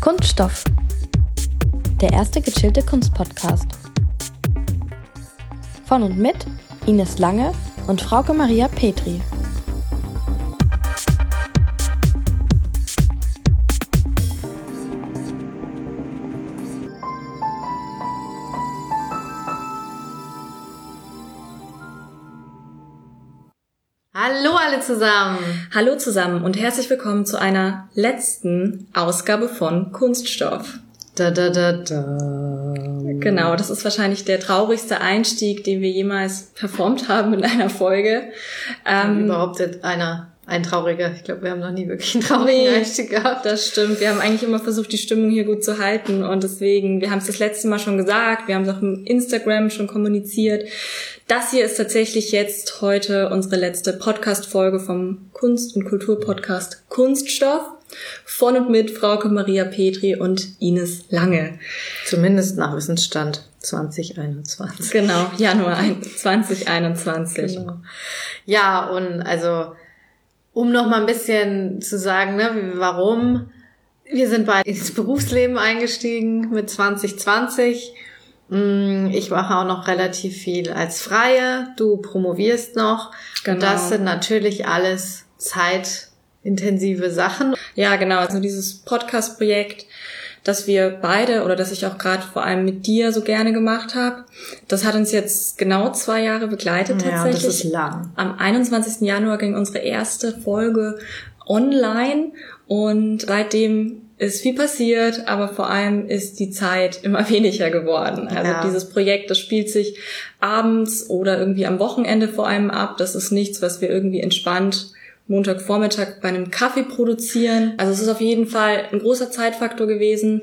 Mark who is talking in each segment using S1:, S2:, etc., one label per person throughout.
S1: Kunststoff. Der erste gechillte Kunstpodcast. Von und mit Ines Lange und Frauke Maria Petri.
S2: Hallo alle zusammen.
S3: Hallo zusammen und herzlich willkommen zu einer letzten Ausgabe von Kunststoff.
S2: Da da da da.
S3: Genau, das ist wahrscheinlich der traurigste Einstieg, den wir jemals performt haben in einer Folge.
S2: Ähm, überhaupt einer ein trauriger. Ich glaube, wir haben noch nie wirklich einen traurigen nee, Einstieg gehabt.
S3: Das stimmt. Wir haben eigentlich immer versucht, die Stimmung hier gut zu halten. Und deswegen, wir haben es das letzte Mal schon gesagt, wir haben es auch im Instagram schon kommuniziert. Das hier ist tatsächlich jetzt heute unsere letzte Podcast-Folge vom Kunst- und Kultur-Podcast Kunststoff. Von und mit Frauke Maria Petri und Ines Lange.
S2: Zumindest nach Wissensstand 2021.
S3: Genau, Januar 2021. Genau.
S2: Ja, und also um noch mal ein bisschen zu sagen, ne, warum wir sind beide ins Berufsleben eingestiegen mit 2020. Ich mache auch noch relativ viel als Freie. Du promovierst noch. Genau. Und das sind natürlich alles zeitintensive Sachen.
S3: Ja, genau. Also dieses Podcast-Projekt, das wir beide oder das ich auch gerade vor allem mit dir so gerne gemacht habe. Das hat uns jetzt genau zwei Jahre begleitet
S2: ja,
S3: tatsächlich.
S2: das ist lang.
S3: Am 21. Januar ging unsere erste Folge online und seitdem ist viel passiert, aber vor allem ist die Zeit immer weniger geworden. Also ja. dieses Projekt, das spielt sich abends oder irgendwie am Wochenende vor allem ab. Das ist nichts, was wir irgendwie entspannt Montagvormittag bei einem Kaffee produzieren. Also es ist auf jeden Fall ein großer Zeitfaktor gewesen,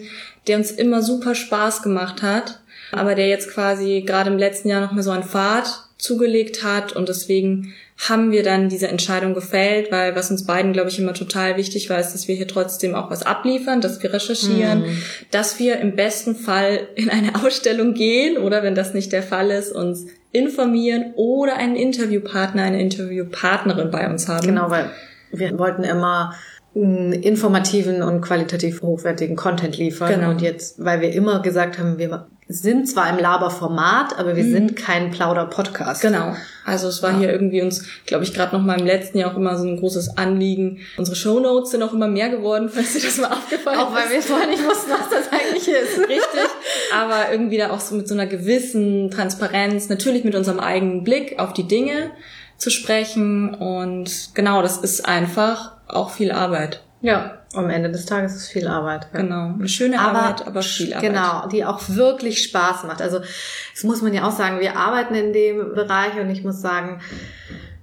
S3: der uns immer super Spaß gemacht hat, aber der jetzt quasi gerade im letzten Jahr noch mal so einen Fahrt zugelegt hat und deswegen haben wir dann diese Entscheidung gefällt, weil was uns beiden, glaube ich, immer total wichtig war, ist, dass wir hier trotzdem auch was abliefern, dass wir recherchieren, mhm. dass wir im besten Fall in eine Ausstellung gehen oder wenn das nicht der Fall ist, uns informieren oder einen Interviewpartner, eine Interviewpartnerin bei uns haben.
S2: Genau, weil wir wollten immer informativen und qualitativ hochwertigen Content liefern. Genau. Und jetzt, weil wir immer gesagt haben, wir sind zwar im Laberformat, aber wir mhm. sind kein Plauder-Podcast.
S3: Genau. Also es war ja. hier irgendwie uns, glaube ich, gerade noch mal im letzten Jahr auch immer so ein großes Anliegen. Unsere Shownotes sind auch immer mehr geworden, falls dir das mal aufgefallen
S2: auch
S3: ist.
S2: Auch weil wir vorher nicht wussten, was das eigentlich ist.
S3: Richtig. Aber irgendwie da auch so mit so einer gewissen Transparenz, natürlich mit unserem eigenen Blick auf die Dinge zu sprechen. Und genau, das ist einfach auch viel Arbeit.
S2: Ja, am Ende des Tages ist viel Arbeit.
S3: Ja. Genau, eine schöne aber, Arbeit, aber viel Arbeit.
S2: Genau, die auch wirklich Spaß macht. Also das muss man ja auch sagen, wir arbeiten in dem Bereich und ich muss sagen,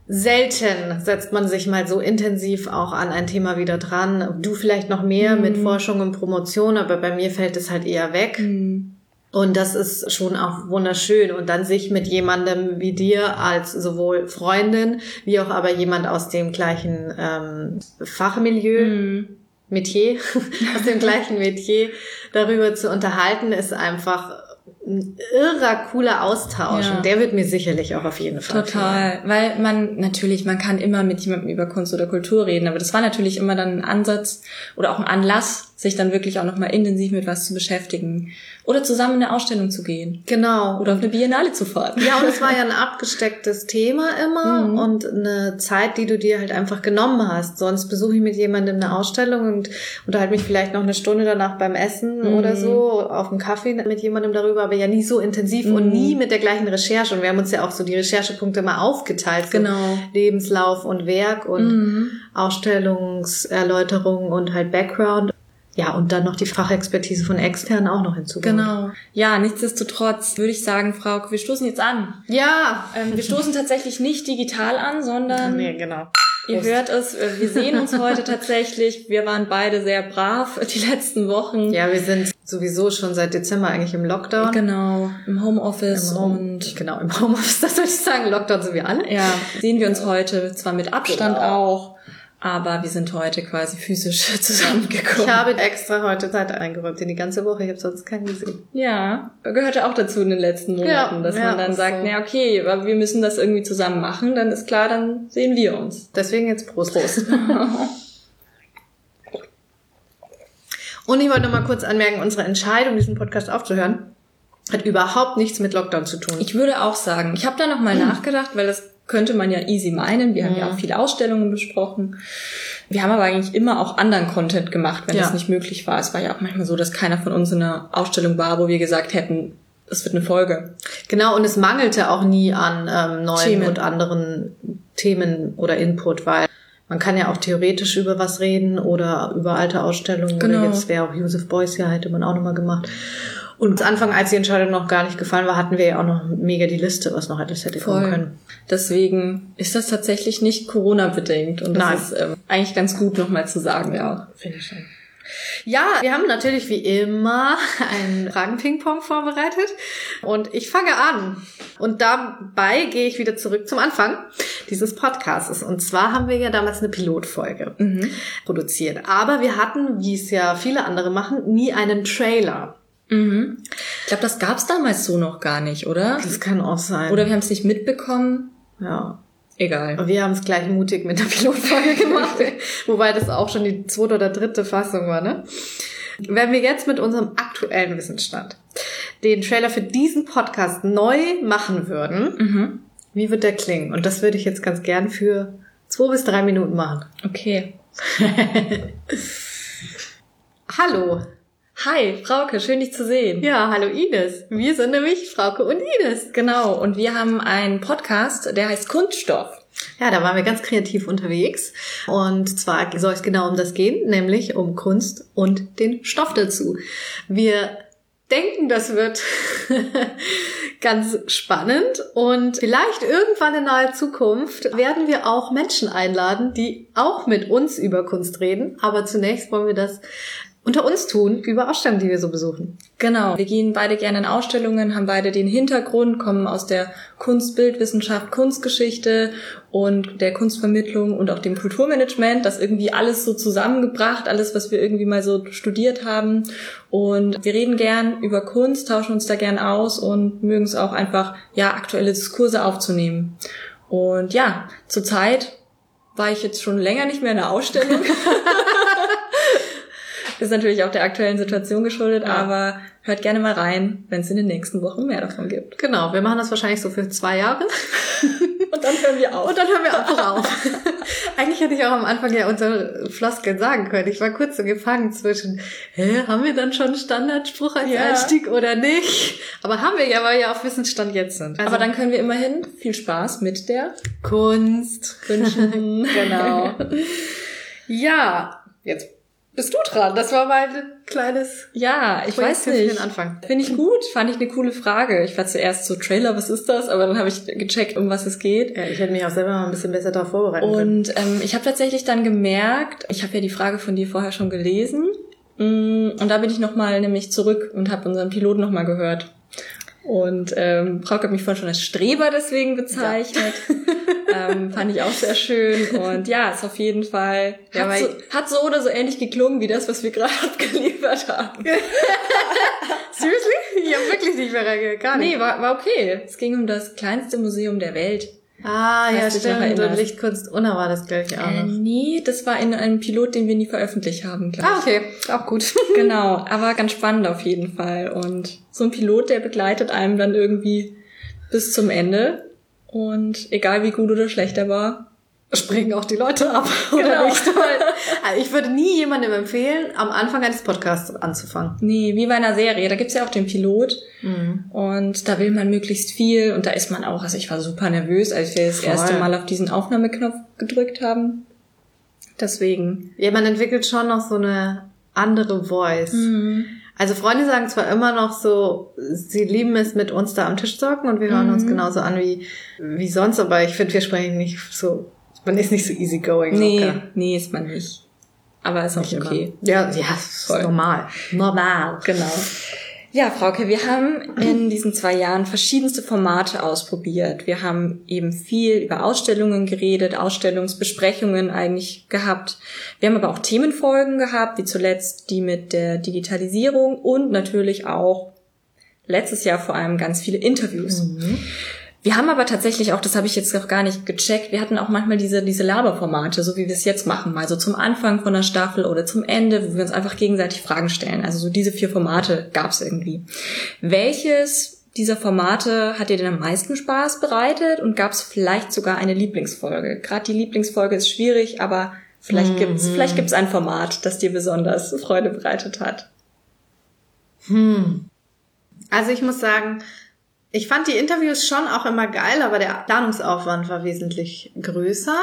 S2: selten setzt man sich mal so intensiv auch an ein Thema wieder dran. Du vielleicht noch mehr mhm. mit Forschung und Promotion, aber bei mir fällt es halt eher weg. Mhm. Und das ist schon auch wunderschön. Und dann sich mit jemandem wie dir als sowohl Freundin wie auch aber jemand aus dem gleichen ähm, Fachmilieu, mm. Metier, aus dem gleichen Metier darüber zu unterhalten, ist einfach ein irrer cooler Austausch ja. und der wird mir sicherlich auch auf jeden Fall.
S3: Total, fehlen. weil man natürlich, man kann immer mit jemandem über Kunst oder Kultur reden, aber das war natürlich immer dann ein Ansatz oder auch ein Anlass, sich dann wirklich auch nochmal intensiv mit was zu beschäftigen oder zusammen in eine Ausstellung zu gehen.
S2: Genau.
S3: Oder auf eine Biennale zu fahren.
S2: Ja, und es war ja ein abgestecktes Thema immer mhm. und eine Zeit, die du dir halt einfach genommen hast. Sonst besuche ich mit jemandem eine Ausstellung und unterhalte mich vielleicht noch eine Stunde danach beim Essen mhm. oder so auf dem Kaffee mit jemandem darüber, aber ja nie so intensiv mhm. und nie mit der gleichen Recherche. Und wir haben uns ja auch so die Recherchepunkte mal aufgeteilt. So
S3: genau.
S2: Lebenslauf und Werk
S3: Mhm.
S2: und Ausstellungserläuterung und halt Background. Ja, und dann noch die Fachexpertise von externen auch noch hinzugefügt.
S3: Genau. Ja, nichtsdestotrotz würde ich sagen, Frau, wir stoßen jetzt an.
S2: Ja.
S3: Ähm, wir stoßen tatsächlich nicht digital an, sondern.
S2: Nee, genau.
S3: Ihr Prost. hört es, äh, wir sehen uns heute tatsächlich. Wir waren beide sehr brav die letzten Wochen.
S2: Ja, wir sind sowieso schon seit Dezember eigentlich im Lockdown.
S3: Mhm. Genau, im Homeoffice Im Home und.
S2: Genau, im Homeoffice, das würde ich sagen. Lockdown sind wir alle.
S3: Ja, sehen wir uns heute zwar mit Abstand genau. auch, aber wir sind heute quasi physisch zusammengekommen.
S2: Ich habe extra heute Zeit eingeräumt in die ganze Woche. Ich habe sonst keinen gesehen.
S3: Ja, gehörte auch dazu in den letzten Monaten, ja, dass ja, man dann sagt, so. na okay, aber wir müssen das irgendwie zusammen machen. Dann ist klar, dann sehen wir uns.
S2: Deswegen jetzt Prost. Prost. Und ich wollte noch mal kurz anmerken, unsere Entscheidung, diesen Podcast aufzuhören, hat überhaupt nichts mit Lockdown zu tun.
S3: Ich würde auch sagen, ich habe da nochmal
S2: Hm.
S3: nachgedacht, weil das könnte man ja easy meinen. Wir haben ja auch viele Ausstellungen besprochen. Wir haben aber eigentlich immer auch anderen Content gemacht, wenn
S2: Ja.
S3: das nicht möglich war. Es war ja auch manchmal so, dass keiner von uns in einer Ausstellung war, wo wir gesagt hätten, es wird eine Folge.
S2: Genau, und es mangelte auch nie an ähm, neuen
S3: Themen.
S2: und anderen Themen oder Input, weil man kann ja auch theoretisch über was reden oder über alte Ausstellungen.
S3: Genau.
S2: Oder jetzt wäre auch Josef Beuys hier, hätte man auch nochmal gemacht. Und am Anfang, als die Entscheidung noch gar nicht gefallen war, hatten wir ja auch noch mega die Liste, was noch alles hätte kommen können.
S3: Deswegen ist das tatsächlich nicht Corona-bedingt. Und
S2: Nein.
S3: das ist ähm, eigentlich ganz gut nochmal zu sagen, ja.
S2: Finde ich schon. Ja, wir haben natürlich wie immer einen Fragen-Ping-Pong vorbereitet und ich fange an. Und dabei gehe ich wieder zurück zum Anfang dieses Podcasts. Und zwar haben wir ja damals eine Pilotfolge produziert. Aber wir hatten, wie es ja viele andere machen, nie einen Trailer.
S3: Mhm. Ich glaube, das gab es damals so noch gar nicht, oder?
S2: Das kann auch sein.
S3: Oder wir haben es nicht mitbekommen.
S2: ja.
S3: Egal.
S2: Und wir haben es gleich mutig mit der Pilotfolge gemacht, wobei das auch schon die zweite oder dritte Fassung war, ne? Wenn wir jetzt mit unserem aktuellen Wissensstand den Trailer für diesen Podcast neu machen würden,
S3: Mhm.
S2: wie wird der klingen? Und das würde ich jetzt ganz gern für zwei bis drei Minuten machen.
S3: Okay.
S2: Hallo.
S3: Hi, Frauke, schön dich zu sehen.
S2: Ja, hallo Ines. Wir sind nämlich Frauke und Ines.
S3: Genau, und wir haben einen Podcast, der heißt Kunststoff.
S2: Ja, da waren wir ganz kreativ unterwegs. Und zwar soll es genau um das gehen, nämlich um Kunst und den Stoff dazu. Wir denken, das wird ganz spannend und vielleicht irgendwann in naher Zukunft werden wir auch Menschen einladen, die auch mit uns über Kunst reden. Aber zunächst wollen wir das unter uns tun, über Ausstellungen, die wir so besuchen.
S3: Genau, wir gehen beide gerne in Ausstellungen, haben beide den Hintergrund, kommen aus der Kunst, Bildwissenschaft, Kunstgeschichte und der Kunstvermittlung und auch dem Kulturmanagement, das irgendwie alles so zusammengebracht, alles, was wir irgendwie mal so studiert haben. Und wir reden gern über Kunst, tauschen uns da gern aus und mögen es auch einfach, ja, aktuelle Diskurse aufzunehmen. Und ja, zurzeit war ich jetzt schon länger nicht mehr in der Ausstellung. Ist natürlich auch der aktuellen Situation geschuldet,
S2: Ja.
S3: aber hört gerne mal rein, wenn es in den nächsten Wochen mehr davon gibt.
S2: Genau, wir machen das wahrscheinlich so für zwei Jahre.
S3: Und dann hören wir auf.
S2: Und dann hören wir einfach auf. Eigentlich hätte ich auch am Anfang ja unsere Floskeln sagen können. Ich war kurz so gefangen zwischen, hä, haben wir dann schon einen Standardspruch als
S3: Ja.
S2: Einstieg oder nicht? Aber haben wir ja, weil wir auf Wissensstand jetzt sind. Also
S3: aber dann können wir immerhin viel Spaß mit der
S2: Kunst.
S3: wünschen.
S2: Genau. ja, jetzt bist du dran. Das war mein kleines
S3: ja, ich weiß
S2: Projektchen für
S3: nicht.
S2: den Anfang.
S3: Finde ich gut, fand ich eine coole Frage. Ich war zuerst so Trailer, was ist das? Aber dann habe ich gecheckt, um was es geht.
S2: Ja, ich hätte mich auch selber mal ein bisschen besser darauf vorbereiten können.
S3: Und ähm, ich habe tatsächlich dann gemerkt, ich habe ja die Frage von dir vorher schon gelesen. Mm, Und da bin ich nochmal nämlich zurück und habe unseren Piloten nochmal gehört. Und ähm, Frauke hat mich vorhin schon als Streber deswegen bezeichnet. ähm, fand ich auch sehr schön. Und ja, ist auf jeden Fall. Hat,
S2: Ja, weil-
S3: so, hat so oder so ähnlich geklungen wie das, was wir gerade abgeliefert haben.
S2: Seriously? Ich habe wirklich nicht mehr reingehört. Gar
S3: Nee, war, war okay. Es ging um das kleinste Museum der Welt.
S2: Ah, ja,
S3: Falls du dich noch
S2: stimmt. Und
S3: erinnerst.
S2: Lichtkunst Unna war das, glaube ich, auch
S3: Äh,
S2: noch.
S3: nee, das war in einem Pilot, den wir nie veröffentlicht haben, glaube ich.
S2: Ah, okay. Auch gut.
S3: Genau, aber ganz spannend auf jeden Fall. Und so ein Pilot, der begleitet einem dann irgendwie bis zum Ende. Und egal wie gut oder schlecht er war.
S2: springen auch die Leute ab, oder
S3: Genau.
S2: nicht? Weil, also ich würde nie jemandem empfehlen, am Anfang eines Podcasts anzufangen.
S3: Nee, wie bei einer Serie. Da gibt's ja auch den Pilot.
S2: Mhm.
S3: Und da will man möglichst viel. Und da ist man auch, also ich war super nervös, als wir das
S2: Voll.
S3: erste Mal auf diesen Aufnahmeknopf gedrückt haben. Deswegen.
S2: Ja, man entwickelt schon noch so eine andere Voice. Also Freunde sagen zwar immer noch so, sie lieben es, mit uns da am Tisch zu hocken und wir hören uns genauso an wie, wie sonst, aber ich finde, wir sprechen nicht so, man ist nicht so easygoing.
S3: Nee,
S2: locker.
S3: nee, ist man nicht. Aber ist auch okay.
S2: Ja, ja, ist
S3: Voll.
S2: normal. Normal.
S3: Genau. Ja, Frauke, wir haben in diesen zwei Jahren verschiedenste Formate ausprobiert. Wir haben eben viel über Ausstellungen geredet, Ausstellungsbesprechungen eigentlich gehabt. Wir haben aber auch Themenfolgen gehabt, wie zuletzt die mit der Digitalisierung und natürlich auch letztes Jahr vor allem ganz viele Interviews. Wir haben aber tatsächlich auch, das habe ich jetzt noch gar nicht gecheckt, wir hatten auch manchmal diese, diese Laberformate, so wie wir es jetzt machen, mal so zum Anfang von der Staffel oder zum Ende, wo wir uns einfach gegenseitig Fragen stellen. Also so diese vier Formate gab es irgendwie. Welches dieser Formate hat dir denn am meisten Spaß bereitet und gab es vielleicht sogar eine Lieblingsfolge? Gerade die Lieblingsfolge ist schwierig, aber vielleicht gibt's, vielleicht gibt's ein Format, das dir besonders Freude bereitet hat.
S2: Hm. Also ich muss sagen, ich fand die Interviews schon auch immer geil, aber der Planungsaufwand war wesentlich größer.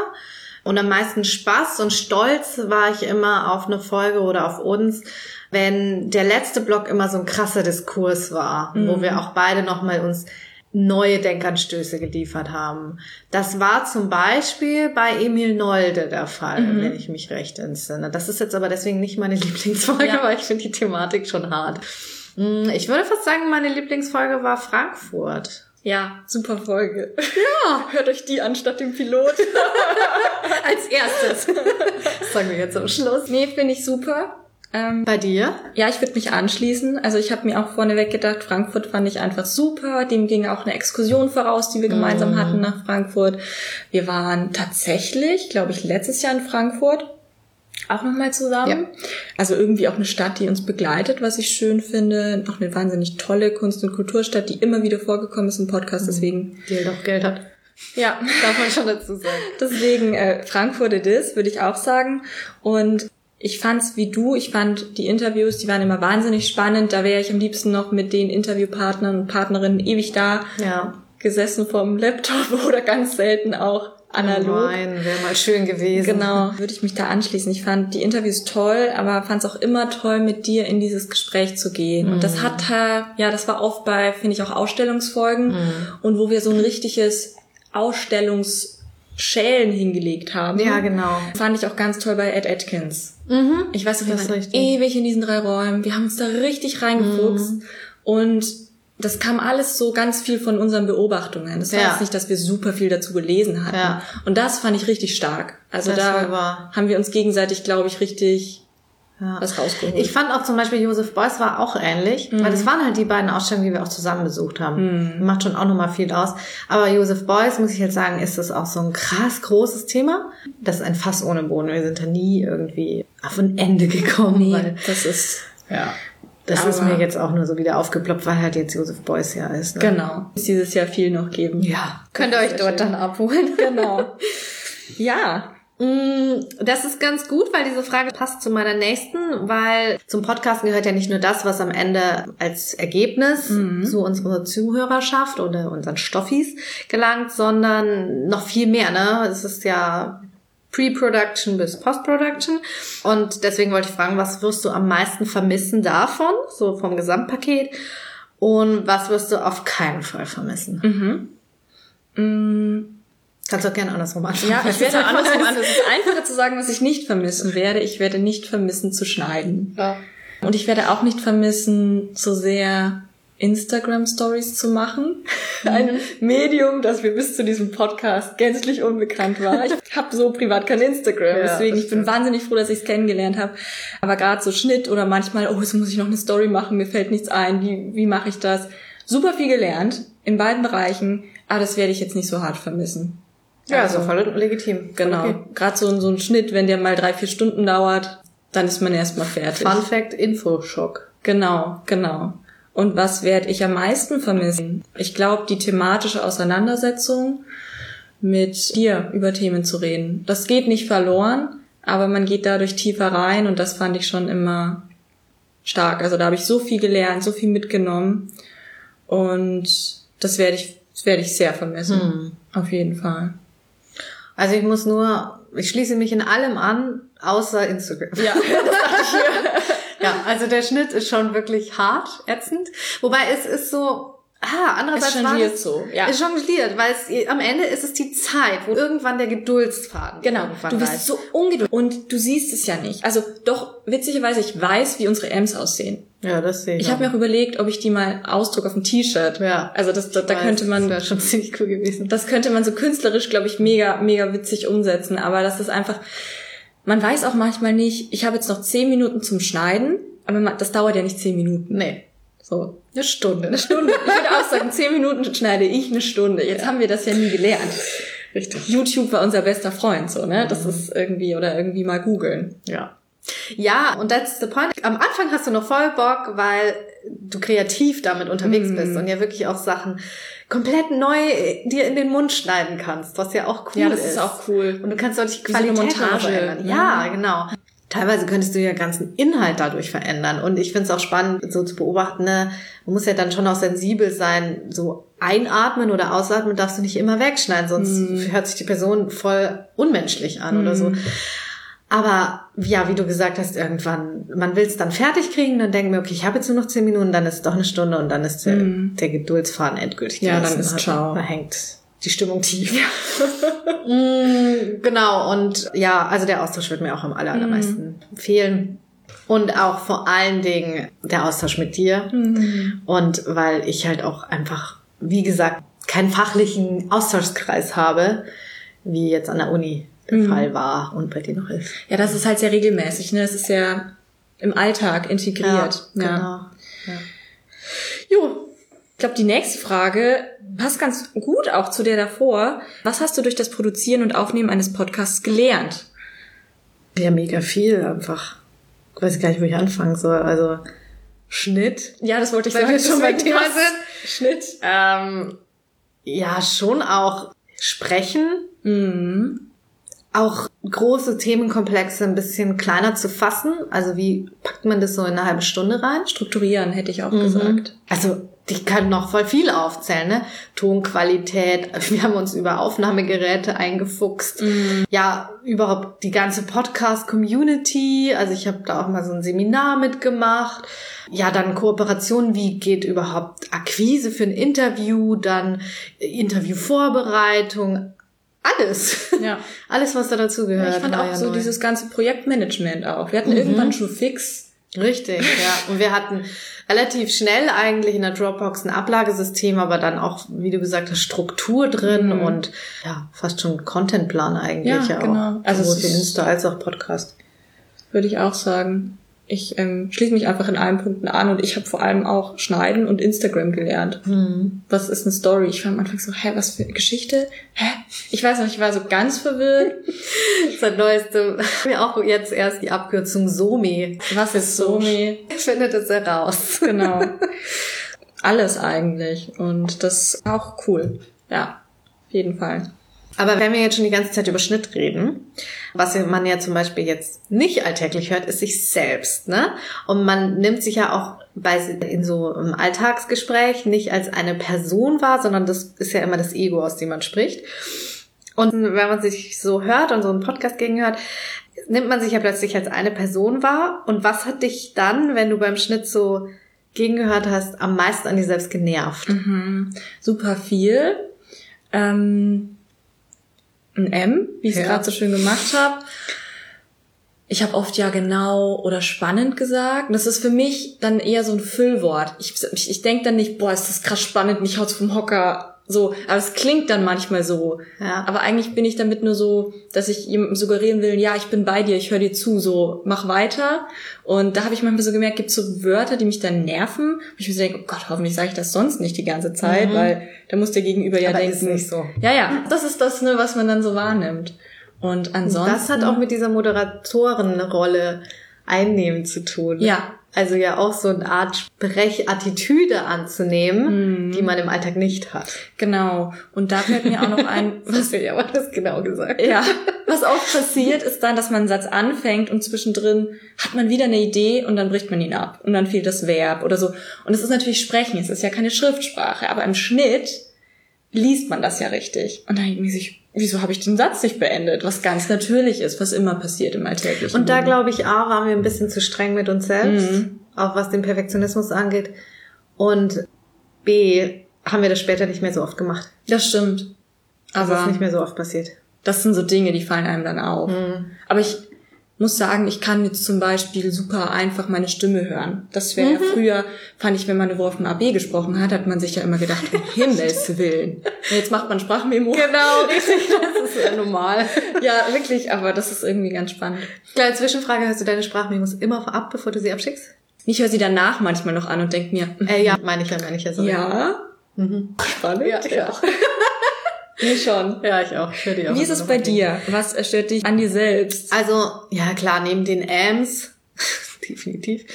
S2: Und am meisten Spaß und Stolz war ich immer auf eine Folge oder auf uns, wenn der letzte Block immer so ein krasser Diskurs war,
S3: Mhm.
S2: wo wir auch beide nochmal uns neue Denkanstöße geliefert haben. Das war zum Beispiel bei Emil Nolde der Fall,
S3: Mhm.
S2: wenn ich mich recht entsinne. Das ist jetzt aber deswegen nicht meine Lieblingsfolge,
S3: Ja.
S2: weil ich finde die Thematik schon hart. Mm, Ich würde fast sagen, meine Lieblingsfolge war Frankfurt.
S3: Ja, super Folge. Ja, hört euch die an statt dem Pilot. Als erstes.
S2: Das sagen wir jetzt am Schluss.
S3: Nee, finde ich super. Ähm,
S2: Bei dir?
S3: ja, ich würde mich anschließen. Also ich habe mir auch vorneweg gedacht, Frankfurt fand ich einfach super. Dem ging auch eine Exkursion voraus, die wir gemeinsam hatten nach Frankfurt. Wir waren tatsächlich, glaube ich, letztes Jahr in Frankfurt auch nochmal zusammen. Also irgendwie auch eine Stadt, die uns begleitet, was ich schön finde. Auch eine wahnsinnig tolle Kunst- und Kulturstadt, die immer wieder vorgekommen ist im Podcast. Deswegen,
S2: Die doch Geld hat.
S3: ja,
S2: Darf man schon dazu sagen.
S3: Deswegen äh, Frankfurt it is, würde ich auch sagen. Und ich fand's wie du, ich fand die Interviews, die waren immer wahnsinnig spannend. Da wäre ich am liebsten noch mit den Interviewpartnern und Partnerinnen ewig da
S2: Ja.
S3: gesessen vorm Laptop oder ganz selten auch
S2: Oh
S3: analog.
S2: nein, wäre mal schön gewesen.
S3: Genau, würde ich mich da anschließen. Ich fand die Interviews toll, aber fand es auch immer toll, mit dir in dieses Gespräch zu gehen. Und
S2: Mhm.
S3: das hat äh, ja, das war oft bei, finde ich, auch Ausstellungsfolgen
S2: Mhm.
S3: und wo wir so ein richtiges Ausstellungsschälen hingelegt haben.
S2: Ja, genau.
S3: Fand ich auch ganz toll bei Ed Atkins.
S2: Mhm.
S3: Ich weiß, noch, wir
S2: Das ist
S3: waren
S2: richtig.
S3: ewig in diesen drei Räumen. Wir haben uns da richtig reingefuchst.
S2: Mhm.
S3: Und das kam alles so ganz viel von unseren Beobachtungen. Das war
S2: Ja.
S3: jetzt nicht, dass wir super viel dazu gelesen hatten.
S2: Ja.
S3: Und das fand ich richtig stark. Also
S2: Das
S3: da
S2: war wahr.
S3: haben wir uns gegenseitig, glaube ich, richtig
S2: Ja.
S3: was rausgeholt.
S2: Ich fand auch zum Beispiel Josef Beuys war auch ähnlich, weil das waren halt die beiden Ausstellungen, die wir auch zusammen besucht haben. Macht schon auch nochmal viel aus. Aber Josef Beuys, muss ich jetzt sagen, ist das auch so ein krass großes Thema. Das ist ein Fass ohne Boden. Wir sind da nie irgendwie auf ein Ende gekommen.
S3: nee,
S2: Weil,
S3: das ist
S2: ja. Das ist
S3: Aber-
S2: mir jetzt auch nur so wieder aufgeploppt, weil halt jetzt Josef Beuys ja ist. Ne?
S3: genau. Es dieses Jahr viel noch geben.
S2: Ja. Könnt ihr
S3: Das
S2: euch
S3: ist sehr
S2: dort
S3: schön.
S2: dann abholen.
S3: Genau. ja.
S2: Mm, Das ist ganz gut, weil diese Frage passt zu meiner nächsten, weil zum Podcasten gehört ja nicht nur das, was am Ende als Ergebnis
S3: Mhm.
S2: zu unserer Zuhörerschaft oder unseren Stoffis gelangt, sondern noch viel mehr. Ne? Es ist ja Pre-Production bis Post-Production. Und deswegen wollte ich fragen, was wirst du am meisten vermissen davon, so vom Gesamtpaket? Und was wirst du auf keinen Fall vermissen? Mm. Kannst du auch gerne andersrum anfangen.
S3: Mhm. Ja, ich werde
S2: Falls du
S3: andersrum
S2: weißt.
S3: an. Es ist einfacher zu sagen, was ich nicht vermissen werde. Ich werde nicht vermissen zu schneiden.
S2: Ja.
S3: Und ich werde auch nicht vermissen, so sehr Instagram-Stories zu machen.
S2: Mhm.
S3: Ein Medium, das mir bis zu diesem Podcast gänzlich unbekannt war. Ich habe so privat kein Instagram,
S2: Ja,
S3: deswegen
S2: das
S3: ich bin
S2: stimmt.
S3: wahnsinnig froh, dass ich es kennengelernt habe. Aber gerade so Schnitt oder manchmal, oh, jetzt muss ich noch eine Story machen, mir fällt nichts ein, wie, wie mache ich das? Super viel gelernt in beiden Bereichen, aber das werde ich jetzt nicht so hart vermissen.
S2: Ja,
S3: Also-
S2: ist doch voll legitim.
S3: Genau.
S2: Okay.
S3: Gerade so, so ein Schnitt, wenn der mal drei, vier Stunden dauert, dann ist man erstmal fertig.
S2: Fun Fact Infoschock.
S3: Genau, genau. Und was werde ich am meisten vermissen? Ich glaube, die thematische Auseinandersetzung mit dir über Themen zu reden. Das geht nicht verloren, aber man geht dadurch tiefer rein und das fand ich schon immer stark. Also da habe ich so viel gelernt, so viel mitgenommen und das werde ich, das werde ich sehr vermissen. Auf jeden Fall.
S2: Also ich muss nur, ich schließe mich in allem an, außer Instagram.
S3: Ja.
S2: Ja, also der Schnitt ist schon wirklich hart, ätzend. Wobei es ist so, ah, andererseits
S3: Ist
S2: war
S3: jongliert
S2: das-
S3: so, ja.
S2: Ist jongliert, weil es, am Ende ist es die Zeit, wo irgendwann der Geduldsfaden
S3: Genau,
S2: irgendwann
S3: du
S2: reißt.
S3: bist so ungeduldig und du siehst es ja nicht. Also doch, witzigerweise, ich weiß, wie unsere M's aussehen.
S2: Ja, das sehe ich.
S3: Ich habe mir auch überlegt, ob ich die mal ausdruck auf ein T-Shirt.
S2: Ja.
S3: Also das, da, da
S2: Weiß,
S3: könnte man,
S2: Das wäre schon ziemlich cool gewesen.
S3: das könnte man so künstlerisch, glaube ich, mega, mega witzig umsetzen. Aber das ist einfach, man weiß auch manchmal nicht, ich habe jetzt noch zehn Minuten zum Schneiden, aber man, das dauert ja nicht zehn Minuten.
S2: Nee.
S3: So.
S2: Eine Stunde.
S3: Eine Stunde. Ich würde auch sagen, zehn Minuten schneide ich eine Stunde. Jetzt haben wir das ja nie gelernt.
S2: Richtig. Mhm.
S3: YouTube war unser bester Freund, so, ne? Das ist irgendwie, oder irgendwie mal googeln.
S2: Ja. Ja, und that's the point. Am Anfang hast du noch voll Bock, weil du kreativ damit unterwegs
S3: Mhm.
S2: bist und ja wirklich auch Sachen komplett neu äh, dir in den Mund schneiden kannst, was ja auch cool
S3: Ja, das ist auch cool.
S2: Und du kannst auch die
S3: so eine
S2: Qualität Montage
S3: Montage,
S2: verändern.
S3: ne?
S2: Ja, genau. Teilweise könntest du ja ganzen Inhalt dadurch verändern. Und ich finde es auch spannend, so zu beobachten, ne? man muss ja dann schon auch sensibel sein, so einatmen oder ausatmen darfst du nicht immer wegschneiden, sonst
S3: Mhm.
S2: hört sich die Person voll unmenschlich an oder so. Aber ja, wie du gesagt hast, irgendwann, man will es dann fertig kriegen, dann denken wir, okay, ich habe jetzt nur noch zehn Minuten, dann ist es doch eine Stunde und dann ist der, der Geduldsfaden endgültig.
S3: Mhm. Ja, dann
S2: gerissen.
S3: ist ciao.
S2: Da hängt die Stimmung tief. Mm, genau, und ja, also der Austausch wird mir auch am aller, allermeisten
S3: Mhm.
S2: fehlen. Und auch vor allen Dingen der Austausch mit dir.
S3: Mhm.
S2: Und weil ich halt auch einfach, wie gesagt, keinen fachlichen Austauschkreis habe, wie jetzt an der Uni der
S3: Mhm.
S2: Fall war und bei dir noch ist.
S3: Ja, das ist halt sehr regelmäßig, ne? Das ist ja im Alltag integriert. Ja,
S2: Genau.
S3: Jo. Ich glaube, die nächste Frage passt ganz gut auch zu der davor. Was hast du durch das Produzieren und Aufnehmen eines Podcasts gelernt?
S2: Ja, mega viel einfach. Ich weiß gar nicht, wo ich anfangen soll. Also Schnitt.
S3: Ja, das wollte ich
S2: Weil
S3: sagen.
S2: wir schon beim
S3: deswegen
S2: Thema
S3: passt.
S2: sind.
S3: Schnitt.
S2: Ähm, ja, schon auch sprechen. Mhm. Auch große Themenkomplexe ein bisschen kleiner zu fassen. Also wie packt man das so in eine halbe Stunde rein?
S3: Strukturieren, hätte ich auch gesagt.
S2: Also ich kann noch voll viel aufzählen, ne? Tonqualität, wir haben uns über Aufnahmegeräte eingefuchst.
S3: Mhm.
S2: Ja, überhaupt die ganze Podcast-Community. Also ich habe da auch mal so ein Seminar mitgemacht. Ja, dann Kooperation, wie geht überhaupt Akquise für ein Interview, dann Interviewvorbereitung, alles.
S3: Ja.
S2: Alles, was da dazu gehört.
S3: ich fand auch
S2: Neuer
S3: so
S2: Neu.
S3: dieses ganze Projektmanagement auch. Wir hatten irgendwann schon fix.
S2: Richtig, ja. Und wir hatten relativ schnell eigentlich in der Dropbox ein Ablagesystem, aber dann auch, wie du gesagt hast, Struktur drin und ja, fast schon Contentplan eigentlich.
S3: Mhm. Ja,
S2: auch.
S3: genau.
S2: Also
S3: Also
S2: sowohl
S3: es
S2: für
S3: ist-
S2: Insta als auch Podcast.
S3: würde ich auch sagen. Ich ähm, schließe mich einfach in allen Punkten an und ich habe vor allem auch Schneiden und Instagram gelernt. Was ist eine Story? Ich war am Anfang so, hä, was für eine Geschichte? Hä? Ich weiß noch, ich war so ganz verwirrt.
S2: Seit neuestem mir auch jetzt erst die Abkürzung SOMI.
S3: Was ist Somi?
S2: Findet es heraus.
S3: Genau. Alles eigentlich. Und das war auch cool. Ja, auf jeden Fall.
S2: Aber wenn wir jetzt schon die ganze Zeit über Schnitt reden, was man ja zum Beispiel jetzt nicht alltäglich hört, ist sich selbst, ne? Und man nimmt sich ja auch bei, in so einem Alltagsgespräch nicht als eine Person wahr, sondern das ist ja immer das Ego, aus dem man spricht. Und wenn man sich so hört und so einen Podcast gegenhört, nimmt man sich ja plötzlich als eine Person wahr. Und was hat dich dann, wenn du beim Schnitt so gegengehört hast, am meisten an dir selbst genervt?
S3: Mhm. Super viel. Ähm, ein M, wie ich es
S2: Ja.
S3: gerade so schön gemacht habe. Ich habe oft ja genau oder spannend gesagt. Und Das ist für mich dann eher so ein Füllwort. Ich, ich, ich denke dann nicht, boah, ist das krass spannend, mich haut's vom Hocker. So, aber es klingt dann manchmal so.
S2: Ja.
S3: Aber eigentlich bin ich damit nur so, dass ich jemandem suggerieren will, ja, ich bin bei dir, ich höre dir zu, so mach weiter. Und da habe ich manchmal so gemerkt, gibt so Wörter, die mich dann nerven. Und ich mir so denke, oh Gott, hoffentlich sage ich das sonst nicht die ganze Zeit, weil da muss der Gegenüber ja
S2: Mhm. Aber
S3: denken.
S2: ist nicht so.
S3: Ja, ja, das ist das, ne, was man dann so wahrnimmt. Und ansonsten.
S2: Das hat auch mit dieser Moderatorenrolle einnehmen zu tun.
S3: Ja.
S2: Also ja auch so eine Art Sprechattitüde anzunehmen, die man im Alltag nicht hat.
S3: Genau. Und da fällt mir auch noch ein, was
S2: hast du ja aber das genau gesagt.
S3: Ja, was oft passiert, ist dann, dass man einen Satz anfängt und zwischendrin hat man wieder eine Idee und dann bricht man ihn ab und dann fehlt das Verb oder so. Und es ist natürlich Sprechen, es ist ja keine Schriftsprache, aber im Schnitt liest man das ja richtig. Und dann denkt man sich, wieso habe ich den Satz nicht beendet? Was ganz natürlich ist, was immer passiert im alltäglichen
S2: Und da
S3: Leben.
S2: glaube ich auch, waren wir ein bisschen zu streng mit uns selbst, auch was den Perfektionismus angeht. Und B, haben wir das später nicht mehr so oft gemacht.
S3: Das stimmt.
S2: Also es ist
S3: Aber
S2: nicht mehr so oft passiert.
S3: das sind so Dinge, die fallen einem dann auf.
S2: Hm.
S3: Aber ich muss sagen, ich kann jetzt zum Beispiel super einfach meine Stimme hören. Das wäre ja
S2: Mhm.
S3: früher, fand ich, wenn man nur auf dem AB gesprochen hat, hat man sich ja immer gedacht, um Himmels Willen. Und jetzt macht man Sprachmemo.
S2: Genau, richtig. Das ist ja normal.
S3: Ja, wirklich, aber das ist irgendwie ganz spannend.
S2: Kleine Zwischenfrage, hörst du deine Sprachmemos immer ab, bevor du sie abschickst?
S3: Ich höre sie danach manchmal noch an und denke mir,
S2: Äh, ja, meine ich ja, meine ich ja so.
S3: ja,
S2: Mhm.
S3: spannend.
S2: Ja, ich auch.
S3: Nee, schon.
S2: Ja, ich auch. Ich höre die auch
S3: Wie ist
S2: immer
S3: es
S2: noch
S3: bei
S2: an.
S3: dir? Was stört dich an dir selbst?
S2: Also, ja klar, neben den Ams, definitiv,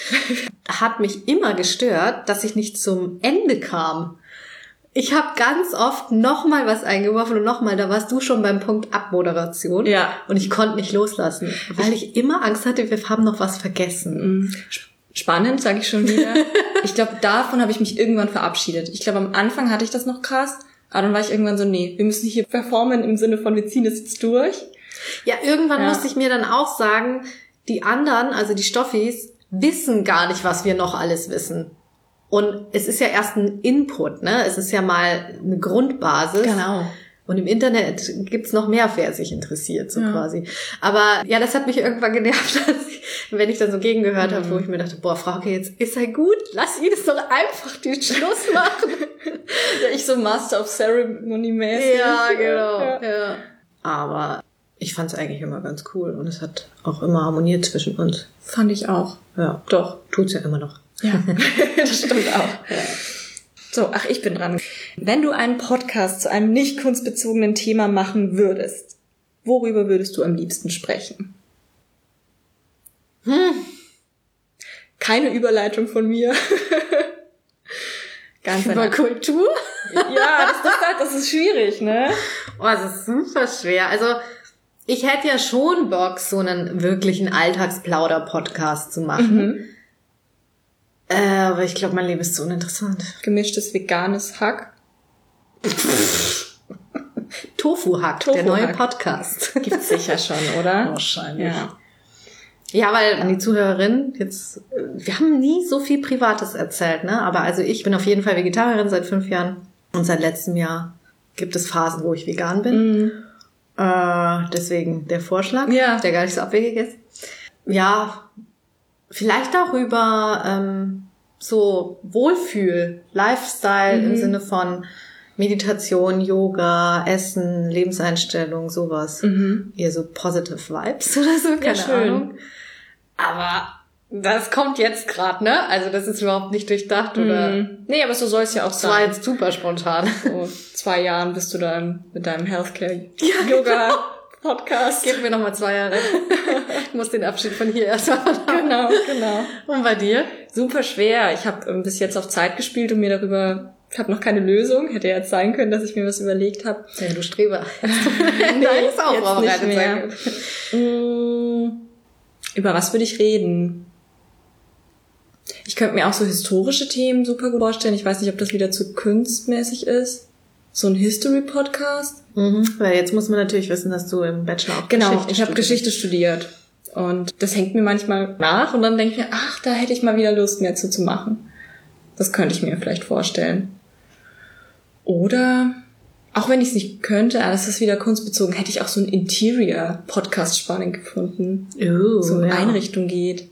S2: hat mich immer gestört, dass ich nicht zum Ende kam. Ich habe ganz oft nochmal was eingeworfen und nochmal, da warst du schon beim Punkt Abmoderation.
S3: Ja.
S2: Und ich konnte nicht loslassen, weil ich Mhm. immer Angst hatte, wir haben noch was vergessen.
S3: Mm, sp- Spannend, sage ich schon wieder. Ich glaube, davon habe ich mich irgendwann verabschiedet. Ich glaube, am Anfang hatte ich das noch krass, aber dann war ich irgendwann so, nee, wir müssen hier performen im Sinne von, wir ziehen das jetzt durch.
S2: Ja, irgendwann
S3: Ja.
S2: musste ich mir dann auch sagen, die anderen, also die Stoffis, wissen gar nicht, was wir noch alles wissen. Und es ist ja erst ein Input, ne? Es ist ja mal eine Grundbasis.
S3: Genau.
S2: Und im Internet gibt's noch mehr, wer sich interessiert, so
S3: Ja.
S2: quasi. Aber ja, das hat mich irgendwann genervt, dass ich, wenn ich dann so gegengehört habe,
S3: Mhm.
S2: wo ich mir dachte, boah, Frau, okay, jetzt ist er gut, lass ihn es doch einfach den Schluss machen.
S3: Ja, Ich so Master of Ceremony mäßig. genau.
S2: Ja. Aber ich fand's eigentlich immer ganz cool und es hat auch immer harmoniert zwischen uns.
S3: Fand ich auch.
S2: Ja,
S3: Doch.
S2: tut's ja immer noch.
S3: Ja, das stimmt auch. So, ach, ich bin dran. Wenn du einen Podcast zu einem nicht kunstbezogenen Thema machen würdest, worüber würdest du am liebsten sprechen? Hm. Keine Überleitung von mir. Ganz
S2: Genau.
S3: einfach.
S2: Kultur?
S3: Ja, das, das, das ist schwierig, ne?
S2: Oh, das ist super schwer. Also, ich hätte ja schon Bock, so einen wirklichen Alltagsplauder-Podcast zu machen. Äh, aber ich glaube, mein Leben ist zu uninteressant.
S3: Gemischtes veganes Hack.
S2: Tofu-Hack, der
S3: Tofu-Hack.
S2: neue Podcast.
S3: Gibt's sicher schon, oder?
S2: Wahrscheinlich.
S3: Ja.
S2: Ja, weil an die Zuhörerin jetzt, äh, wir haben nie so viel Privates erzählt, ne? Aber also ich bin auf jeden Fall Vegetarierin seit fünf Jahren und seit letztem Jahr gibt es Phasen, wo ich vegan
S3: Mhm.
S2: bin. Äh, deswegen der Vorschlag,
S3: Ja.
S2: der gar nicht so abwegig ist. Ja, vielleicht darüber ähm, so Wohlfühl, Lifestyle im Sinne von Meditation, Yoga, Essen, Lebenseinstellung, sowas.
S3: Mhm.
S2: Eher so positive Vibes oder so, keine
S3: schön.
S2: Ahnung. Aber das kommt jetzt gerade, ne? Also das ist überhaupt nicht durchdacht oder
S3: Mhm. Nee, aber so soll es ja auch
S2: das war
S3: sein.
S2: jetzt super spontan.
S3: so zwei Jahren bist du dann mit deinem Healthcare-Yoga-Podcast.
S2: Gib mir nochmal zwei Jahre. ich muss den Abschied von hier erstmal verdauen.
S3: genau, genau.
S2: Und bei dir?
S3: Super schwer. Ich habe ähm, bis jetzt auf Zeit gespielt und mir darüber, ich habe noch keine Lösung. Hätte ja jetzt sein können, dass ich mir was überlegt habe.
S2: Wenn du Streber. Nein, ist auch
S3: jetzt
S2: vorbereitet.
S3: nicht mehr.
S2: sein können.
S3: Mm, Über was würde ich reden? Ich könnte mir auch so historische Themen super gut vorstellen. Ich weiß nicht, ob das wieder zu kunstmäßig ist. So ein History-Podcast.
S2: Mhm. Weil jetzt muss man natürlich wissen, dass du im Bachelor auch
S3: Genau,
S2: Geschichte
S3: ich habe
S2: studierst.
S3: Geschichte studiert. Und das hängt mir manchmal nach und dann denke ich mir, ach, da hätte ich mal wieder Lust mehr zu, zu machen. Das könnte ich mir vielleicht vorstellen. Oder, auch wenn ich es nicht könnte, ah, das ist wieder kunstbezogen, hätte ich auch so einen Interior-Podcast spannend gefunden.
S2: Oh,
S3: so in
S2: ja.
S3: Einrichtung geht.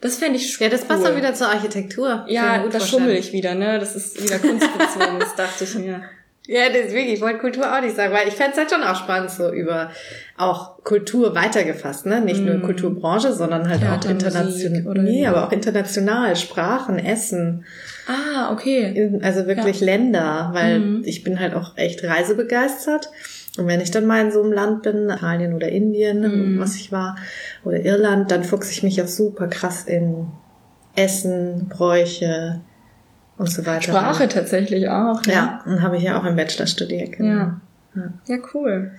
S3: Das fände ich
S2: Ja, das passt
S3: cool.
S2: dann wieder zur Architektur. Kann ich
S3: Ja,
S2: mir gut
S3: da
S2: vorstellen.
S3: schummel ich wieder, ne? Das ist wieder kunstbezogen, das dachte ich mir.
S2: Ja, deswegen, ich wollte Kultur auch nicht sagen, weil ich fänd's halt schon auch spannend, so über auch Kultur weitergefasst, ne? Nicht nur Kulturbranche, sondern halt auch
S3: Mhm. Theater, Musik
S2: international.
S3: oder-
S2: Nee, aber auch international, Sprachen, Essen,
S3: Ah, okay.
S2: in- also wirklich Länder, weil
S3: Mhm.
S2: ich bin halt auch echt reisebegeistert. Und wenn ich dann mal in so einem Land bin, Italien oder
S3: Mhm.
S2: Indien, was ich war, oder Irland, dann fuchse ich mich auch super krass in Essen, Bräuche und so weiter.
S3: Sprache tatsächlich auch. ne?
S2: Ja, und habe ich ja auch im Bachelor studiert. genau.
S3: Ja. Ja, cool.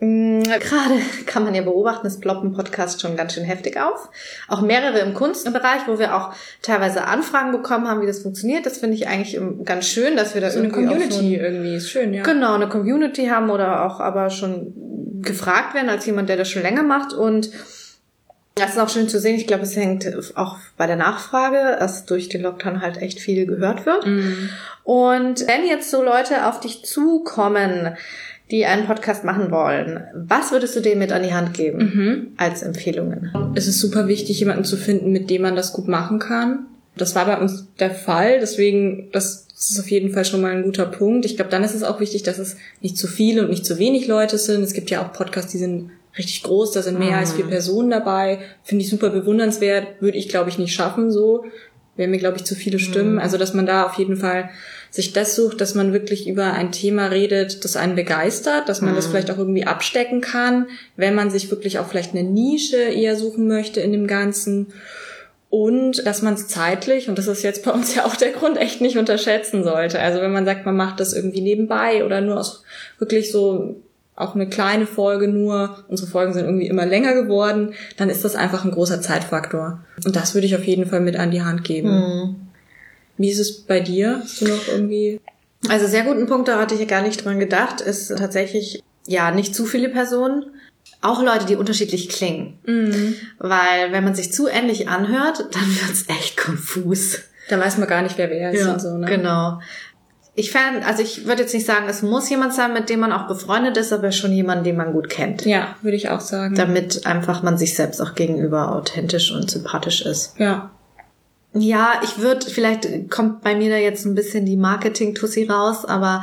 S2: Mm, Gerade kann man ja beobachten, es ploppt im Podcast schon ganz schön heftig auf. Auch mehrere im Kunstbereich, wo wir auch teilweise Anfragen bekommen haben, wie das funktioniert. Das finde ich eigentlich ähm, ganz schön, dass wir da
S3: So eine
S2: irgendwie auch
S3: Community irgendwie ist schön, ja.
S2: So ein, genau, eine Community haben oder auch aber schon gefragt werden als jemand, der das schon länger macht. Und das ist auch schön zu sehen. Ich glaube, es hängt auch bei der Nachfrage, dass durch den Lockdown halt echt viel gehört wird.
S3: Mhm.
S2: Und wenn jetzt so Leute auf dich zukommen, die einen Podcast machen wollen, was würdest du denen mit an die Hand geben als Empfehlungen?
S3: Mhm. Es ist super wichtig, jemanden zu finden, mit dem man das gut machen kann. Das war bei uns der Fall, deswegen, das Das ist auf jeden Fall schon mal ein guter Punkt. Ich glaube, dann ist es auch wichtig, dass es nicht zu viele und nicht zu wenig Leute sind. Es gibt ja auch Podcasts, die sind richtig groß, da sind mehr als
S2: Ah.
S3: vier Personen dabei. Finde ich super bewundernswert, würde ich, glaube ich, nicht schaffen so. Wären mir, glaube ich, zu viele Stimmen. Also, dass man da auf jeden Fall sich das sucht, dass man wirklich über ein Thema redet, das einen begeistert, dass man das vielleicht auch irgendwie abstecken kann, wenn man sich wirklich auch vielleicht eine Nische eher suchen möchte in dem Ganzen und dass man es zeitlich, und das ist jetzt bei uns ja auch der Grund, echt nicht unterschätzen sollte. Also wenn man sagt, man macht das irgendwie nebenbei oder nur aus wirklich so auch eine kleine Folge nur, unsere Folgen sind irgendwie immer länger geworden, dann ist das einfach ein großer Zeitfaktor. Und das würde ich auf jeden Fall mit an die Hand geben. Wie ist es bei dir? Hast du noch irgendwie?
S2: Also sehr guten Punkt, da hatte ich ja gar nicht dran gedacht, ist tatsächlich, ja, nicht zu viele Personen. Auch Leute, die unterschiedlich klingen. Weil wenn man sich zu ähnlich anhört, dann wird's echt konfus.
S3: Da weiß man gar nicht, wer wer ist und so, ne?
S2: Genau. Ich fände, also ich würde jetzt nicht sagen, es muss jemand sein, mit dem man auch befreundet ist, aber schon jemand, den man gut kennt.
S3: Ja, würde ich auch sagen.
S2: Damit einfach man sich selbst auch gegenüber authentisch und sympathisch ist.
S3: ja.
S2: Ja, ich würde, vielleicht kommt bei mir da jetzt ein bisschen die Marketing-Tussi raus, aber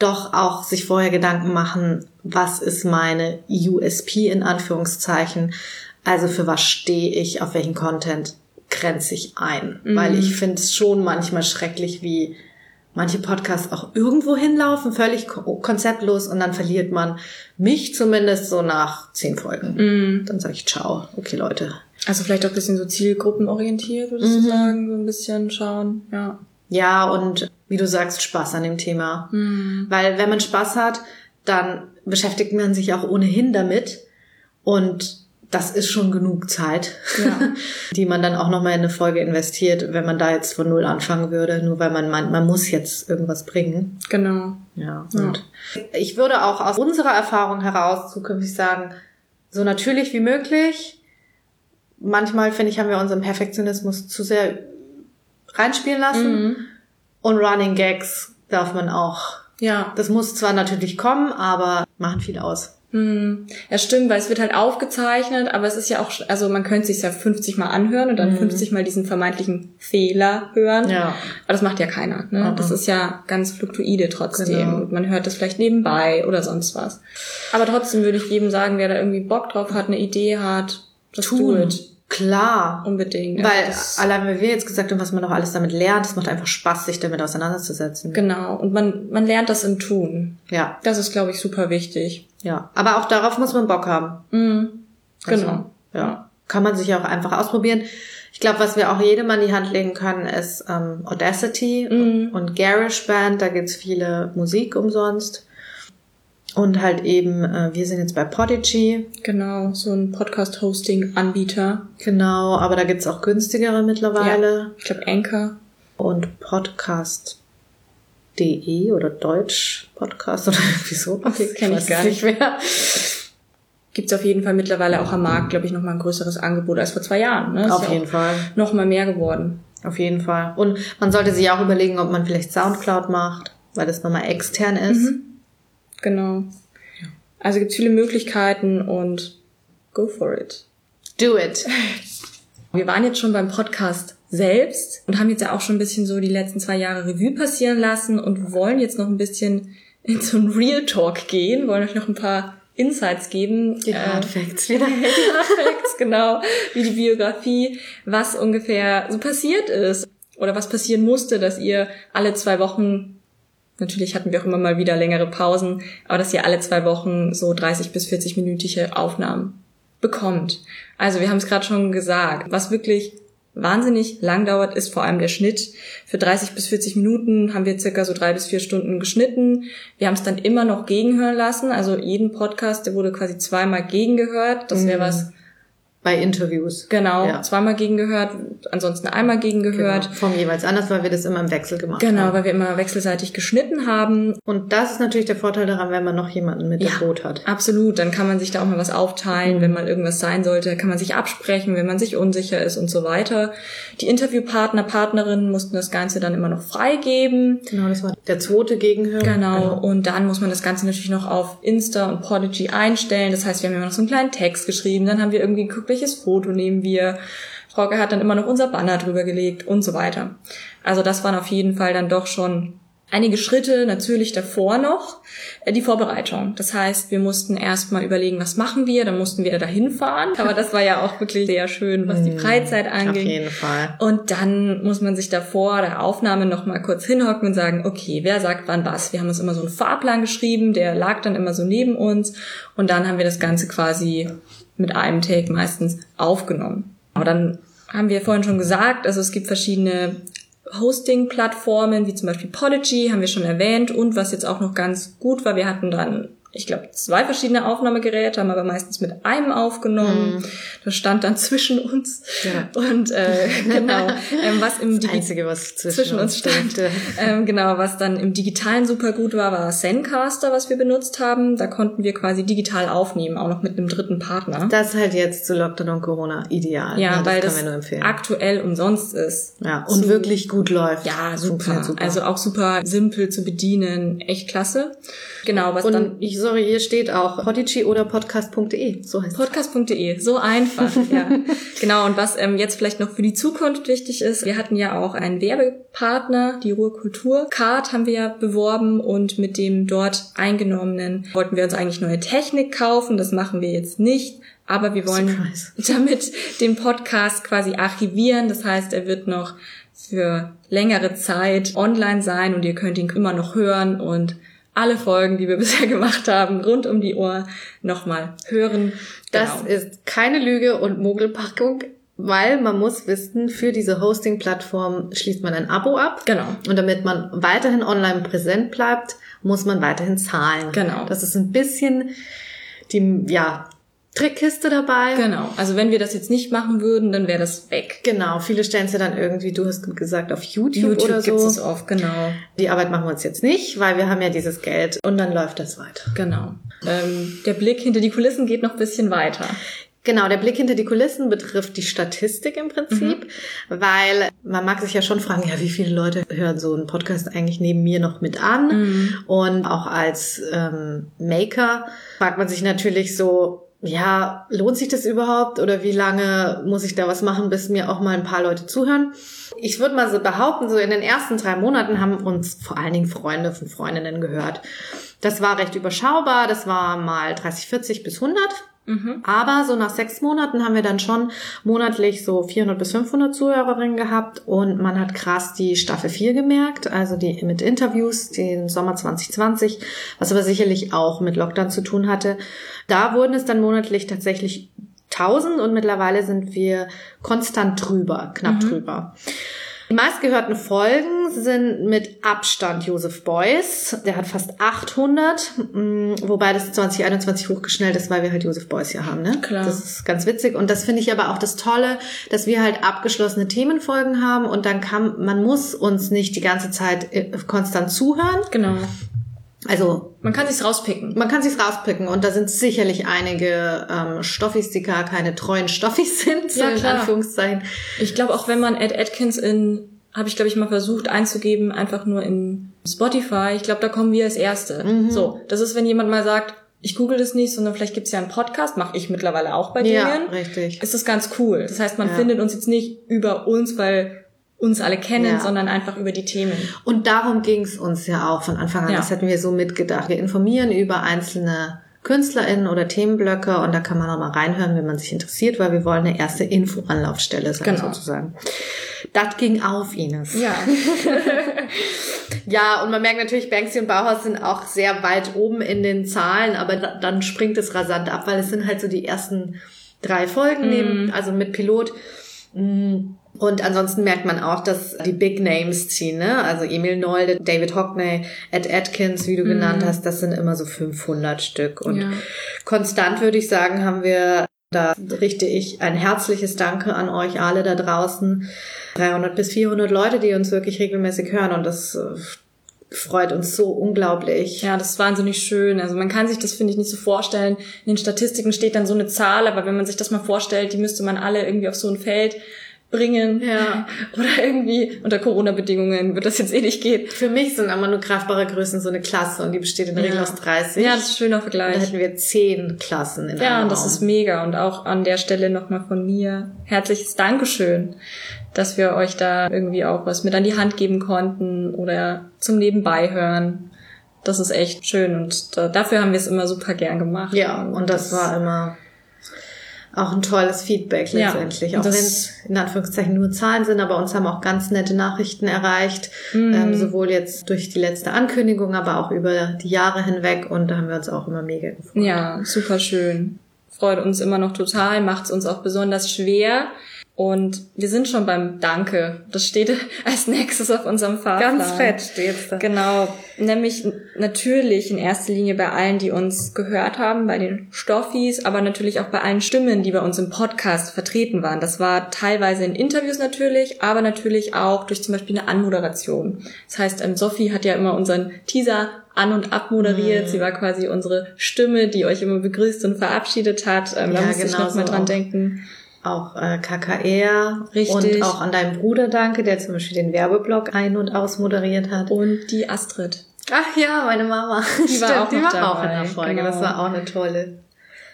S2: doch auch sich vorher Gedanken machen, was ist meine USP in Anführungszeichen? Also für was stehe ich, auf welchen Content grenze ich ein? Weil ich finde es schon manchmal schrecklich, wie manche Podcasts auch irgendwo hinlaufen, völlig ko- konzeptlos und dann verliert man mich zumindest so nach zehn Folgen. Dann sage ich ciao. Okay, Leute,
S3: Hm. Also vielleicht auch ein bisschen so zielgruppenorientiert, würdest du sagen, so ein bisschen schauen, ja.
S2: Ja, und wie du sagst, Spaß an dem Thema.
S3: Mhm,
S2: Weil wenn man Spaß hat, dann beschäftigt man sich auch ohnehin damit. Und das ist schon genug Zeit,
S3: Ja.
S2: die man dann auch nochmal in eine Folge investiert, wenn man da jetzt von Null anfangen würde, nur weil man meint, man muss jetzt irgendwas bringen.
S3: Genau.
S2: Ja, und ich würde auch aus unserer Erfahrung heraus zukünftig sagen, so natürlich wie möglich. Manchmal, finde ich, haben wir unseren Perfektionismus zu sehr reinspielen
S3: Mhm.
S2: lassen. Und Running Gags darf man auch.
S3: Ja.
S2: Das muss zwar natürlich kommen, aber machen viel aus.
S3: Hm. Ja, stimmt, weil es wird halt aufgezeichnet, aber es ist ja auch, sch- also man könnte sich ja 50 Mal anhören und dann 50 Mal diesen vermeintlichen Fehler hören.
S2: Mhm. Ja.
S3: Aber das macht ja keiner, ne? Das ist ja ganz fluktuide trotzdem.
S2: Genau.
S3: Und man hört das vielleicht nebenbei oder sonst was. Aber trotzdem würde ich jedem sagen, wer da irgendwie Bock drauf hat, eine Idee hat, das tut.
S2: Klar.
S3: Unbedingt.
S2: Weil
S3: Also das-
S2: allein, wenn wir jetzt gesagt haben, was man noch alles damit lernt, es macht einfach Spaß, sich damit auseinanderzusetzen.
S3: Genau. Und man, man lernt das im Tun.
S2: Ja,
S3: Das ist, glaube ich, super wichtig.
S2: ja. Aber auch darauf muss man Bock haben.
S3: Mhm. Genau.
S2: Also, ja. Kann man sich auch einfach ausprobieren. Ich glaube, was wir auch jedem an die Hand legen können, ist ähm, Audacity
S3: Mhm.
S2: und GarageBand. Da gibt's viele Musik umsonst. Und halt eben, äh, wir sind jetzt bei Podigy.
S3: Genau, so ein Podcast-Hosting-Anbieter.
S2: Genau, aber da gibt's auch günstigere mittlerweile.
S3: Ich glaube, Anchor.
S2: Und Podcast.de oder Deutsch Podcast oder irgendwie so.
S3: Okay, kenn ich
S2: weiß
S3: gar
S2: es nicht mehr.
S3: Gibt's auf jeden Fall mittlerweile auch am Markt, glaube ich, nochmal ein größeres Angebot als vor zwei Jahren. Ne?
S2: Auf jeden Fall.
S3: Nochmal mehr geworden.
S2: Auf jeden Fall. Und man sollte sich auch überlegen, ob man vielleicht Soundcloud macht, weil das nochmal extern ist.
S3: Mhm. Genau. Also gibt's viele Möglichkeiten und go for it.
S2: Do it.
S3: Wir waren jetzt schon beim Podcast selbst und haben jetzt ja auch schon ein bisschen so die letzten zwei Jahre Revue passieren lassen und wollen jetzt noch ein bisschen in so einen Real Talk gehen, wollen euch noch ein paar Insights geben.
S2: Die
S3: äh,
S2: Hard Facts wieder.
S3: Facts, genau, wie die Biografie, was ungefähr so passiert ist oder was passieren musste, dass ihr alle zwei Wochen, natürlich hatten wir auch immer mal wieder längere Pausen, aber dass ihr alle zwei Wochen so 30 bis 40 minütige Aufnahmen bekommt. Also wir haben es gerade schon gesagt, was wirklich wahnsinnig lang dauert, ist vor allem der Schnitt. Für 30 bis 40 Minuten haben wir circa so drei bis vier Stunden geschnitten. Wir haben es dann immer noch gegenhören lassen. Also jeden Podcast, der wurde quasi zweimal gegengehört. Das wäre was,
S2: Bei Interviews.
S3: genau,
S2: Ja.
S3: zweimal gegengehört, ansonsten einmal gegengehört.
S2: Genau. Vom jeweils anders, weil wir das immer im Wechsel gemacht
S3: Genau.
S2: haben.
S3: genau, weil wir immer wechselseitig geschnitten haben.
S2: Und das ist natürlich der Vorteil daran, wenn man noch jemanden mit im Boot hat. Mhm.
S3: Absolut, dann kann man sich da auch mal was aufteilen, wenn mal irgendwas sein sollte, kann man sich absprechen, wenn man sich unsicher ist und so weiter. Die Interviewpartner, Partnerinnen mussten das Ganze dann immer noch freigeben.
S2: Genau, das war der zweite Gegenhörer.
S3: Genau, und dann muss man das Ganze natürlich noch auf Insta und Podigy einstellen. Das heißt, wir haben immer noch so einen kleinen Text geschrieben, dann haben wir irgendwie geguckt, welches Foto nehmen wir. Frauke hat dann immer noch unser Banner drüber gelegt und so weiter. Also das waren auf jeden Fall dann doch schon einige Schritte natürlich davor noch äh, die Vorbereitung. Das heißt, wir mussten erstmal überlegen, was machen wir, dann mussten wir dahin fahren. Aber das war ja auch wirklich sehr schön, was die Freizeit
S2: Mhm. Auf
S3: angeht.
S2: jeden Fall.
S3: Und dann muss man sich davor der Aufnahme nochmal kurz hinhocken und sagen, okay, wer sagt wann was? Wir haben uns immer so einen Fahrplan geschrieben, der lag dann immer so neben uns und dann haben wir das Ganze quasi mit einem Take meistens aufgenommen. Aber dann haben wir vorhin schon gesagt, also es gibt verschiedene Hosting-Plattformen, wie zum Beispiel Podigy, haben wir schon erwähnt und was jetzt auch noch ganz gut war, wir hatten dann ich glaube, zwei verschiedene Aufnahmegeräte, haben aber meistens mit einem aufgenommen. Das stand dann zwischen uns.
S2: Ja.
S3: Und äh, genau, ähm, was im
S2: Das
S3: Digi-
S2: Einzige, was zwischen,
S3: zwischen uns stand. Ähm, genau, was dann im Digitalen super gut war, war Zencaster, was wir benutzt haben. Da konnten wir quasi digital aufnehmen, auch noch mit einem dritten Partner.
S2: Das ist halt jetzt zu Lockdown und Corona ideal.
S3: ja, weil
S2: das
S3: das
S2: können wir nur empfehlen.
S3: aktuell umsonst ist.
S2: Ja, und
S3: Zu-
S2: wirklich gut läuft.
S3: Ja, super.
S2: Funktioniert
S3: Also auch super simpel zu bedienen. Echt klasse. Genau, was dann
S2: und ich, sorry, hier steht auch Podigy oder podcast.de. So heißt es.
S3: Podcast.de, so einfach, ja. genau, und was ähm, jetzt vielleicht noch für die Zukunft wichtig ist, wir hatten ja auch einen Werbepartner, die Ruhrkultur. Card haben wir ja beworben und mit dem dort eingenommenen wollten wir uns eigentlich neue Technik kaufen, das machen wir jetzt nicht. Aber wir wollen
S2: Surprise.
S3: damit den Podcast quasi archivieren. Das heißt, er wird noch für längere Zeit online sein und ihr könnt ihn immer noch hören und alle Folgen, die wir bisher gemacht haben, rund um die Ohr nochmal hören.
S2: Das
S3: Genau.
S2: ist keine Lüge und Mogelpackung, weil man muss wissen, für diese Hosting-Plattform schließt man ein Abo ab.
S3: Genau.
S2: Und damit man weiterhin online präsent bleibt, muss man weiterhin zahlen.
S3: Genau.
S2: Das ist ein bisschen die, ja, Trickkiste dabei.
S3: Genau. Also wenn wir das jetzt nicht machen würden, dann wäre das weg.
S2: Genau, viele stellen es ja dann irgendwie, du hast gesagt, auf YouTube,
S3: YouTube
S2: oder so.
S3: gibt's es oft, genau.
S2: Die Arbeit machen wir uns jetzt nicht, weil wir haben ja dieses Geld und dann läuft das weiter.
S3: Genau. Ähm, der Blick hinter die Kulissen geht noch ein bisschen weiter.
S2: Genau, der Blick hinter die Kulissen betrifft die Statistik im Prinzip, weil man mag sich ja schon fragen, ja, wie viele Leute hören so einen Podcast eigentlich neben mir noch mit an? Und auch als ähm, Maker fragt man sich natürlich so, ja, lohnt sich das überhaupt oder wie lange muss ich da was machen, bis mir auch mal ein paar Leute zuhören? Ich würde mal so behaupten, so in den ersten drei Monaten haben uns vor allen Dingen Freunde von Freundinnen gehört. Das war recht überschaubar, das war mal 30, 40 bis 100.
S3: Mhm.
S2: Aber so nach sechs Monaten haben wir dann schon monatlich so 400 bis 500 Zuhörerinnen gehabt und man hat krass die Staffel 4 gemerkt, also die mit Interviews, den Sommer 2020, was aber sicherlich auch mit Lockdown zu tun hatte. Da wurden es dann monatlich tatsächlich 1000 und mittlerweile sind wir konstant drüber, knapp drüber. Die meistgehörten Folgen sind mit Abstand Josef Beuys. Der hat fast 800, mm, wobei das 2021 hochgeschnellt ist, weil wir halt Josef Beuys hier haben. Ne?
S3: Klar.
S2: Das ist ganz witzig und das finde ich aber auch das Tolle, dass wir halt abgeschlossene Themenfolgen haben und dann kann man muss uns nicht die ganze Zeit äh, konstant zuhören.
S3: Genau.
S2: Also
S3: Man kann sich's rauspicken.
S2: man kann sich's rauspicken und da sind sicherlich einige ähm, Stoffis, die gar keine treuen Stoffis sind, so
S3: Ja,
S2: in
S3: klar.
S2: Anführungszeichen.
S3: Ich glaube, auch wenn man Ed Atkins in, habe ich glaube ich mal versucht einzugeben, einfach nur in Spotify, ich glaube, da kommen wir als Erste.
S2: Mhm.
S3: So, das ist, wenn jemand mal sagt, ich google das nicht, sondern vielleicht gibt's ja einen Podcast, mache ich mittlerweile auch bei
S2: Ja,
S3: denen.
S2: richtig.
S3: Ist das ganz cool. Das heißt, man
S2: Ja.
S3: findet uns jetzt nicht über uns, weil uns alle kennen,
S2: Ja.
S3: sondern einfach über die Themen.
S2: Und darum ging's uns ja auch von Anfang an.
S3: Ja.
S2: Das hatten wir so mitgedacht. Wir informieren über einzelne KünstlerInnen oder Themenblöcke und da kann man auch mal reinhören, wenn man sich interessiert, weil wir wollen eine erste Info-Anlaufstelle sein
S3: Genau.
S2: sozusagen. Das ging auf, Ines.
S3: Ja.
S2: Ja, und man merkt natürlich, Banksy und Bauhaus sind auch sehr weit oben in den Zahlen, aber da, dann springt es rasant ab, weil es sind halt so die ersten drei Folgen neben, also mit Pilot. Mm. Und ansonsten merkt man auch, dass die Big Names ziehen, ne? Also Emil Nolde, David Hockney, Ed Atkins, wie du genannt hast, das sind immer so 500 Stück. Und
S3: Ja.
S2: konstant würde ich sagen, haben wir da richte ich ein herzliches Danke an euch alle da draußen. 300 bis 400 Leute, die uns wirklich regelmäßig hören und das äh, freut uns so unglaublich.
S3: Ja, das ist wahnsinnig schön. Also man kann sich das, finde ich, nicht so vorstellen. In den Statistiken steht dann so eine Zahl, aber wenn man sich das mal vorstellt, die müsste man alle irgendwie auf so ein Feld bringen.
S2: Ja.
S3: Oder irgendwie unter Corona-Bedingungen wird das jetzt eh nicht gehen.
S2: Für mich sind aber nur greifbare Größen so eine Klasse und die besteht in der Regel aus 30.
S3: Ja, das ist ein schöner
S2: Da
S3: Vergleich.
S2: hätten wir zehn Klassen in
S3: Ja,
S2: einem
S3: und das
S2: Raum.
S3: ist mega. Und auch an der Stelle nochmal von mir herzliches Dankeschön, dass wir euch da irgendwie auch was mit an die Hand geben konnten oder zum Nebenbei hören. Das ist echt schön und da, dafür haben wir es immer super gern gemacht.
S2: Ja, und das, war immer auch ein tolles Feedback
S3: Ja,
S2: letztendlich. auch
S3: und
S2: wenn
S3: das-
S2: es in Anführungszeichen nur Zahlen sind, aber uns haben auch ganz nette Nachrichten erreicht,
S3: Mhm.
S2: ähm, sowohl jetzt durch die letzte Ankündigung, aber auch über die Jahre hinweg und da haben wir uns auch immer mega gefreut.
S3: Ja, super schön. Freut uns immer noch total, macht es uns auch besonders schwer. Und wir sind schon beim Danke. Das steht als nächstes auf unserem Fahrplan.
S2: steht's da.
S3: Genau, nämlich n- natürlich in erster Linie bei allen, die uns gehört haben, bei den Stoffis, aber natürlich auch bei allen Stimmen, die bei uns im Podcast vertreten waren. Das war teilweise in Interviews natürlich, aber natürlich auch durch zum Beispiel eine Anmoderation. Das heißt, ähm, Sophie hat ja immer unseren Teaser an- und
S2: Mhm.
S3: abmoderiert. Sie war quasi unsere Stimme, die euch immer begrüßt und verabschiedet hat. Ähm, da
S2: Ja,
S3: muss ich
S2: genau
S3: nochmal
S2: so
S3: dran
S2: auch.
S3: denken.
S2: Auch äh, KKR
S3: Richtig.
S2: und auch an deinen Bruder danke, der zum Beispiel den Werbeblock ein- und ausmoderiert hat.
S3: Und die Astrid.
S2: Ach ja, meine Mama.
S3: Die war auch
S2: die
S3: noch
S2: war auch in der
S3: dabei,
S2: Folge.
S3: genau.
S2: Das war auch eine tolle,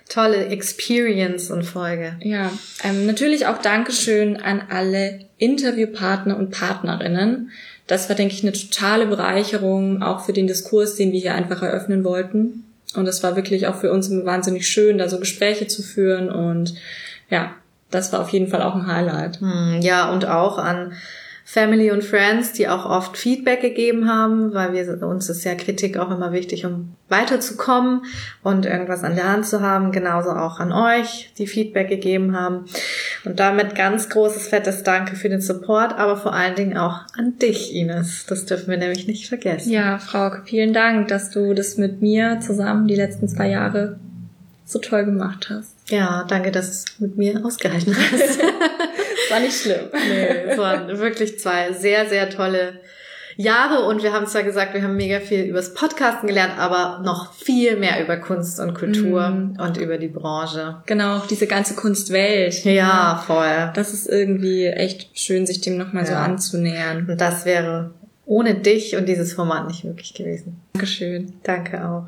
S2: tolle Experience und Folge.
S3: Ja, ähm, natürlich auch Dankeschön an alle Interviewpartner und Partnerinnen. Das war, denke ich, eine totale Bereicherung, auch für den Diskurs, den wir hier einfach eröffnen wollten. Und das war wirklich auch für uns wahnsinnig schön, da so Gespräche zu führen. Und ja, das war auf jeden Fall auch ein Highlight.
S2: Hm, Ja, und auch an Family und Friends, die auch oft Feedback gegeben haben, weil wir uns ist ja Kritik auch immer wichtig, um weiterzukommen und irgendwas an der Hand zu haben. Genauso auch an euch, die Feedback gegeben haben. Und damit ganz großes, fettes Danke für den Support, aber vor allen Dingen auch an dich, Ines. Das dürfen wir nämlich nicht vergessen.
S3: Ja, Frauke, vielen Dank, dass du das mit mir zusammen die letzten zwei Jahre so toll gemacht hast.
S2: Ja, danke, dass du es mit mir ausgehalten hast.
S3: Das war nicht schlimm.
S2: Nee, es waren wirklich zwei sehr, sehr tolle Jahre und wir haben zwar gesagt, wir haben mega viel übers Podcasten gelernt, aber noch viel mehr über Kunst und Kultur
S3: Mhm.
S2: und über die Branche.
S3: Genau, auch diese ganze Kunstwelt.
S2: Ja, voll.
S3: Das ist irgendwie echt schön, sich dem nochmal so
S2: Ja.
S3: anzunähern.
S2: Und das wäre ohne dich und dieses Format nicht möglich gewesen.
S3: Dankeschön.
S2: Danke auch.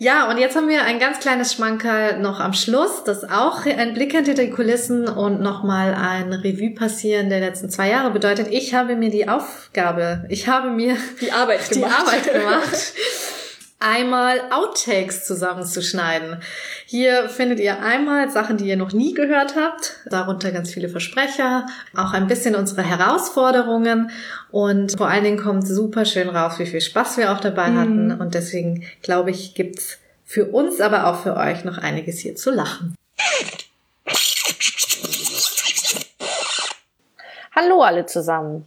S2: Ja, und jetzt haben wir ein ganz kleines Schmankerl noch am Schluss, das auch ein Blick hinter die Kulissen und nochmal ein Revue passieren der letzten zwei Jahre bedeutet. Ich habe mir die Aufgabe, ich habe mir
S3: Die Arbeit
S2: die
S3: gemacht.
S2: Arbeit gemacht, einmal Outtakes zusammenzuschneiden. Hier findet ihr einmal Sachen, die ihr noch nie gehört habt, darunter ganz viele Versprecher, auch ein bisschen unsere Herausforderungen und vor allen Dingen kommt super schön raus, wie viel Spaß wir auch dabei hatten und deswegen glaube ich, gibt's für uns, aber auch für euch noch einiges hier zu lachen.
S4: Hallo alle zusammen.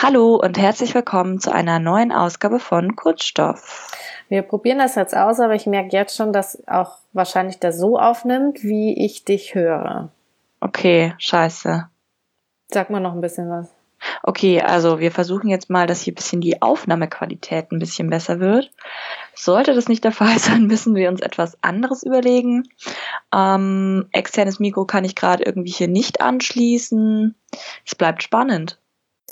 S5: Hallo und herzlich willkommen zu einer neuen Ausgabe von Kunststoff.
S4: Wir probieren das jetzt aus, aber ich merke jetzt schon, dass auch wahrscheinlich das so aufnimmt, wie ich dich höre.
S5: Okay, scheiße.
S4: Sag mal noch ein bisschen was.
S5: Okay, also wir versuchen jetzt mal, dass hier ein bisschen die Aufnahmequalität ein bisschen besser wird. Sollte das nicht der Fall sein, müssen wir uns etwas anderes überlegen. Ähm, externes Mikro kann ich gerade irgendwie hier nicht anschließen. Es bleibt spannend.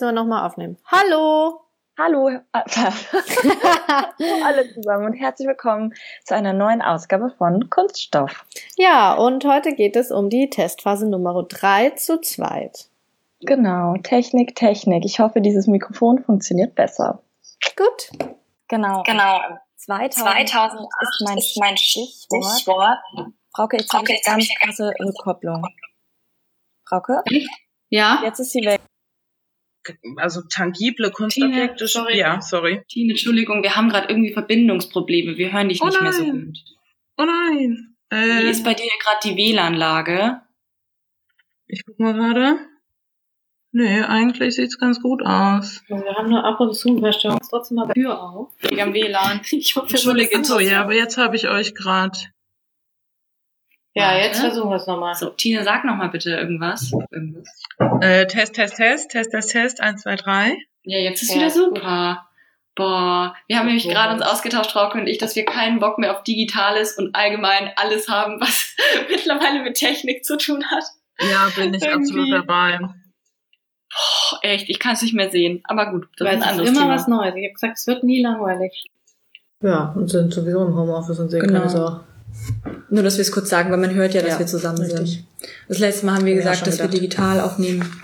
S4: Nur nochmal aufnehmen. Hallo!
S5: Hallo, äh, hallo alle zusammen und herzlich willkommen zu einer neuen Ausgabe von Kunststoff.
S4: Ja, und heute geht es um die Testphase Nummer 3 zu zweit.
S5: Genau, Technik, Technik. Ich hoffe, dieses Mikrofon funktioniert besser.
S4: Gut.
S6: Genau.
S7: Genau.
S6: 2000,
S7: 2008
S6: ist mein,
S7: ist mein
S6: Stichwort.
S7: Stichwort.
S6: Frauke, jetzt habe
S7: Frauke,
S6: ich
S7: jetzt hab
S6: eine
S7: ich
S6: ganz
S7: eine
S6: krasse Rückkopplung. Frauke,
S8: Ja,
S6: jetzt ist sie weg.
S9: also tangible Kunstobjekte.
S8: Tine, sorry.
S9: Ja, sorry.
S8: Tine, Entschuldigung, wir haben gerade irgendwie Verbindungsprobleme. Wir hören dich
S9: Oh
S8: nicht mehr so
S9: nein.
S8: gut.
S9: Oh nein.
S8: Wie
S9: Äh,
S8: ist bei dir gerade die WLAN-Lage?
S9: ich guck mal gerade. Nee, eigentlich sieht's ganz gut aus.
S2: Wir haben nur ab und zu, wir stellen uns trotzdem mal die Tür auf.
S8: Wegen am WLAN.
S2: Ich hoffe,
S9: Entschuldige, so, ja, aber jetzt habe ich euch gerade.
S8: Ja, ne? jetzt versuchen
S2: wir es nochmal.
S8: So, Tine, sag nochmal bitte irgendwas. irgendwas.
S9: Äh, Test, Test, Test, Test, Test, Test, 1, 2, 3.
S8: Ja, jetzt ist
S2: Ja,
S8: wieder
S2: ist gut.
S8: super. Boah, wir haben nämlich gerade uns ausgetauscht, Frauke und ich, dass wir keinen Bock mehr auf Digitales und allgemein alles haben, was mittlerweile mit Technik zu tun hat.
S9: Ja, bin ich absolut
S8: Irgendwie.
S9: dabei.
S8: Oh, echt, ich kann es nicht mehr sehen. Aber gut, das
S2: Weil
S8: ist ein
S2: es ist
S8: anderes
S2: immer
S8: Thema.
S2: was Neues. Ich habe gesagt, es wird nie langweilig.
S9: Ja, und sind sowieso im Homeoffice und sehen
S3: Genau.
S9: keine Sau.
S3: Nur, dass wir es kurz sagen, weil man hört ja, dass
S9: Ja,
S3: wir zusammen
S9: richtig.
S3: sind. Das letzte Mal haben wir
S9: Haben wir ja
S3: gesagt,
S9: schon
S3: dass wir
S9: gedacht.
S3: digital aufnehmen.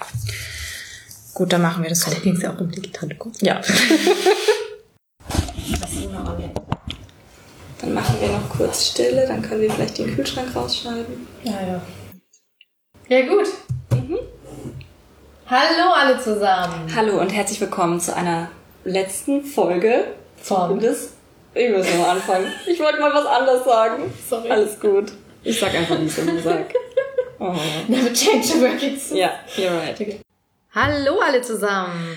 S3: Gut, dann machen wir das so.
S9: Ging es ja auch um digitale Gruppen.
S3: Ja. dann machen wir noch kurz Stille, dann können wir vielleicht den Kühlschrank rausschneiden.
S2: Ja, gut. Hallo alle zusammen.
S3: Hallo und herzlich willkommen zu einer letzten Folge
S2: Von.
S3: des. Ich muss nochmal anfangen. Ich wollte mal was anderes sagen. Sorry. Alles gut. Ich sag einfach, wie ich immer sag. Oh.
S2: Never change the work it's.
S3: Ja, you're right.
S9: Hallo alle zusammen.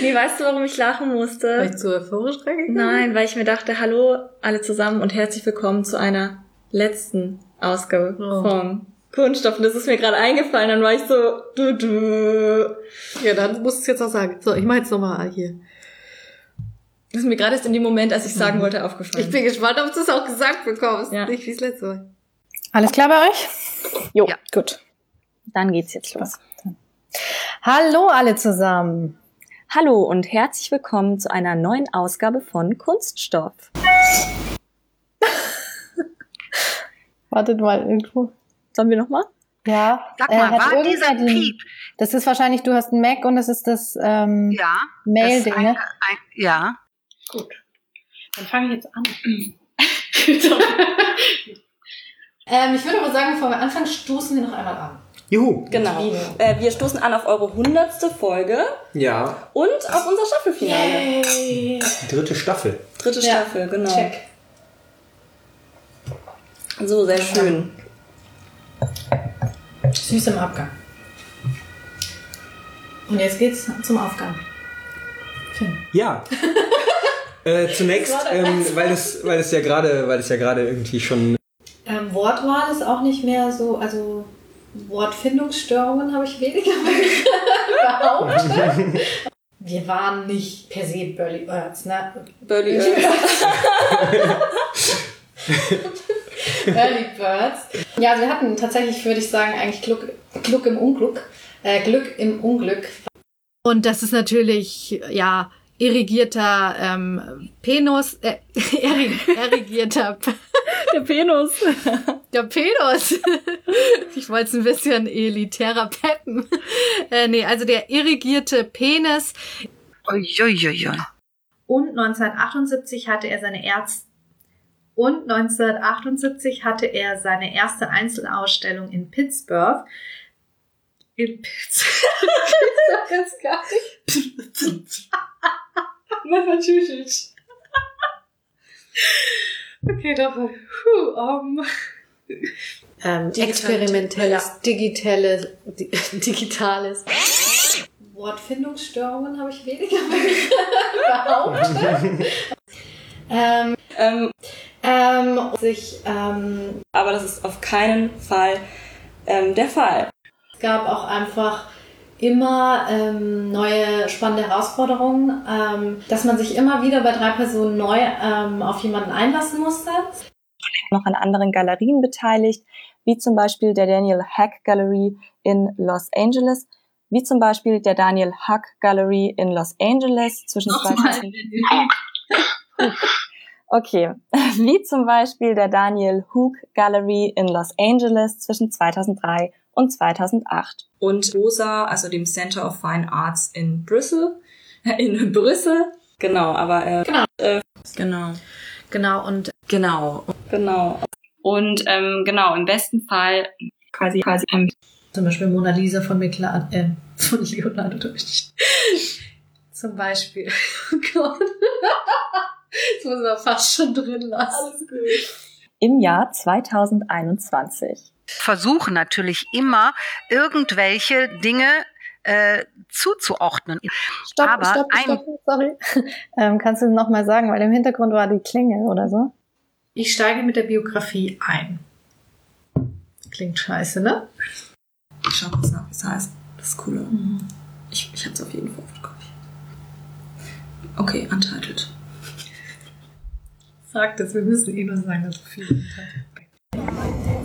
S3: Nee, weißt du, warum ich lachen musste?
S9: Vielleicht zu euphorisch reingegangen?
S3: Nein, weil ich mir dachte, hallo alle zusammen und herzlich willkommen zu einer letzten Ausgabe
S9: Oh.
S3: von Kunststoff. Und das ist mir gerade eingefallen, dann war ich so, du, du.
S9: Ja, dann musst du es jetzt auch sagen. So, ich mache jetzt nochmal hier.
S3: Das ist mir gerade erst in dem Moment, als Mhm. ich sagen wollte, aufgefallen.
S9: Ich bin gespannt, ob du es auch gesagt bekommst.
S3: Ja.
S9: Nicht wie es letzte Mal.
S10: Alles klar bei euch? Jo, gut. Dann geht's jetzt los. Hallo alle zusammen.
S11: Hallo und herzlich willkommen zu einer neuen Ausgabe von Kunststoff.
S10: Wartet mal irgendwo.
S11: Sollen wir nochmal?
S10: Ja.
S12: Sag
S10: äh,
S12: mal,
S10: hat
S12: war
S10: irgendwer
S12: dieser
S10: den-
S12: Piep,
S10: Das ist wahrscheinlich, du hast einen Mac und das ist das ähm,
S12: ja, das
S10: Mail-Ding,
S12: eine-
S10: ne?
S12: ein, ja,
S2: Gut. Dann fange ich jetzt an. ähm, ich würde aber sagen, bevor wir anfangen, stoßen wir noch einmal an.
S13: Juhu.
S3: Genau. Äh, wir stoßen an auf eure hundertste Folge
S13: Ja,
S3: und auf unser Staffelfinale.
S2: Yay.
S13: die dritte Staffel.
S3: Dritte
S2: Ja,
S3: Staffel, genau.
S2: Check.
S3: So, sehr schön.
S2: Süß im Abgang. Und jetzt geht's zum Aufgang.
S13: Ja. äh, zunächst, ähm, weil es weil es ja gerade, weil es ja gerade irgendwie schon
S2: Ähm, Wortwahl ist auch nicht mehr so, also Wortfindungsstörungen habe ich weniger behauptet. Wir waren nicht per se Burly Birds, ne?
S3: Burly
S2: Early Birds. Ja, also wir hatten tatsächlich, würde ich sagen, eigentlich Glück, Glück im Unglück. Äh, Glück im Unglück. Und das ist natürlich, ja, irrigierter ähm, Penis, äh, irrigierter
S11: Der Penis.
S2: der Penis. Ich wollte es ein bisschen elitärer peppen. Äh, nee, also der irrigierte Penis.
S12: uiuiui.
S9: Und 1978 hatte er seine Ärzte.
S2: Und 1978 hatte er seine erste Einzelausstellung in Pittsburgh. In Pittsburgh. Ganz klar. Massachusetts. Okay, da war. Puh, um.
S9: Ähm,
S3: Digital-
S9: experimentelles, digitales, di digitales.
S2: Wortfindungsstörungen habe ich weniger behauptet. ähm,
S3: Ähm,
S2: ähm, sich, ähm,
S3: aber das ist auf keinen Fall ähm, der Fall.
S2: es gab auch einfach immer ähm, neue spannende Herausforderungen, ähm, dass man sich immer wieder bei drei Personen neu ähm, auf jemanden einlassen musste.
S11: Noch an anderen Galerien beteiligt, wie zum Beispiel der Daniel Hack Gallery in Los Angeles, wie zum Beispiel der Daniel Hack Gallery in Los Angeles zwischen 2000 Okay, wie zum Beispiel der Daniel Hook Gallery in Los Angeles zwischen 2003 und 2008.
S3: Und Rosa, also dem Center of Fine Arts in Brüssel. In Brüssel. Genau, aber äh,
S2: Genau.
S3: Äh, genau.
S9: Genau, und
S3: Genau. Genau.
S8: Und ähm, genau, im besten Fall quasi, quasi ähm,
S9: zum Beispiel Mona Lisa von, Mikla äh, von Leonardo da Vinci.
S2: Zum Beispiel. Oh Gott. Das muss man fast schon drin lassen. Alles gut.
S11: Im Jahr 2021.
S12: Versuchen natürlich immer, irgendwelche Dinge äh, zuzuordnen.
S10: Stopp,
S12: Aber
S10: stopp,
S12: ein-
S10: stopp, sorry. Ähm, kannst du noch mal sagen, weil im Hintergrund war die Klingel oder so?
S9: Ich steige mit der Biografie ein. Klingt scheiße, ne?
S3: Ich schau kurz nach, wie es heißt. Das ist cool. Ich, ich hab's auf jeden Fall fotografiert. Okay, untitled.
S9: Sagt es, wir müssen eh nur sagen, dass so viel.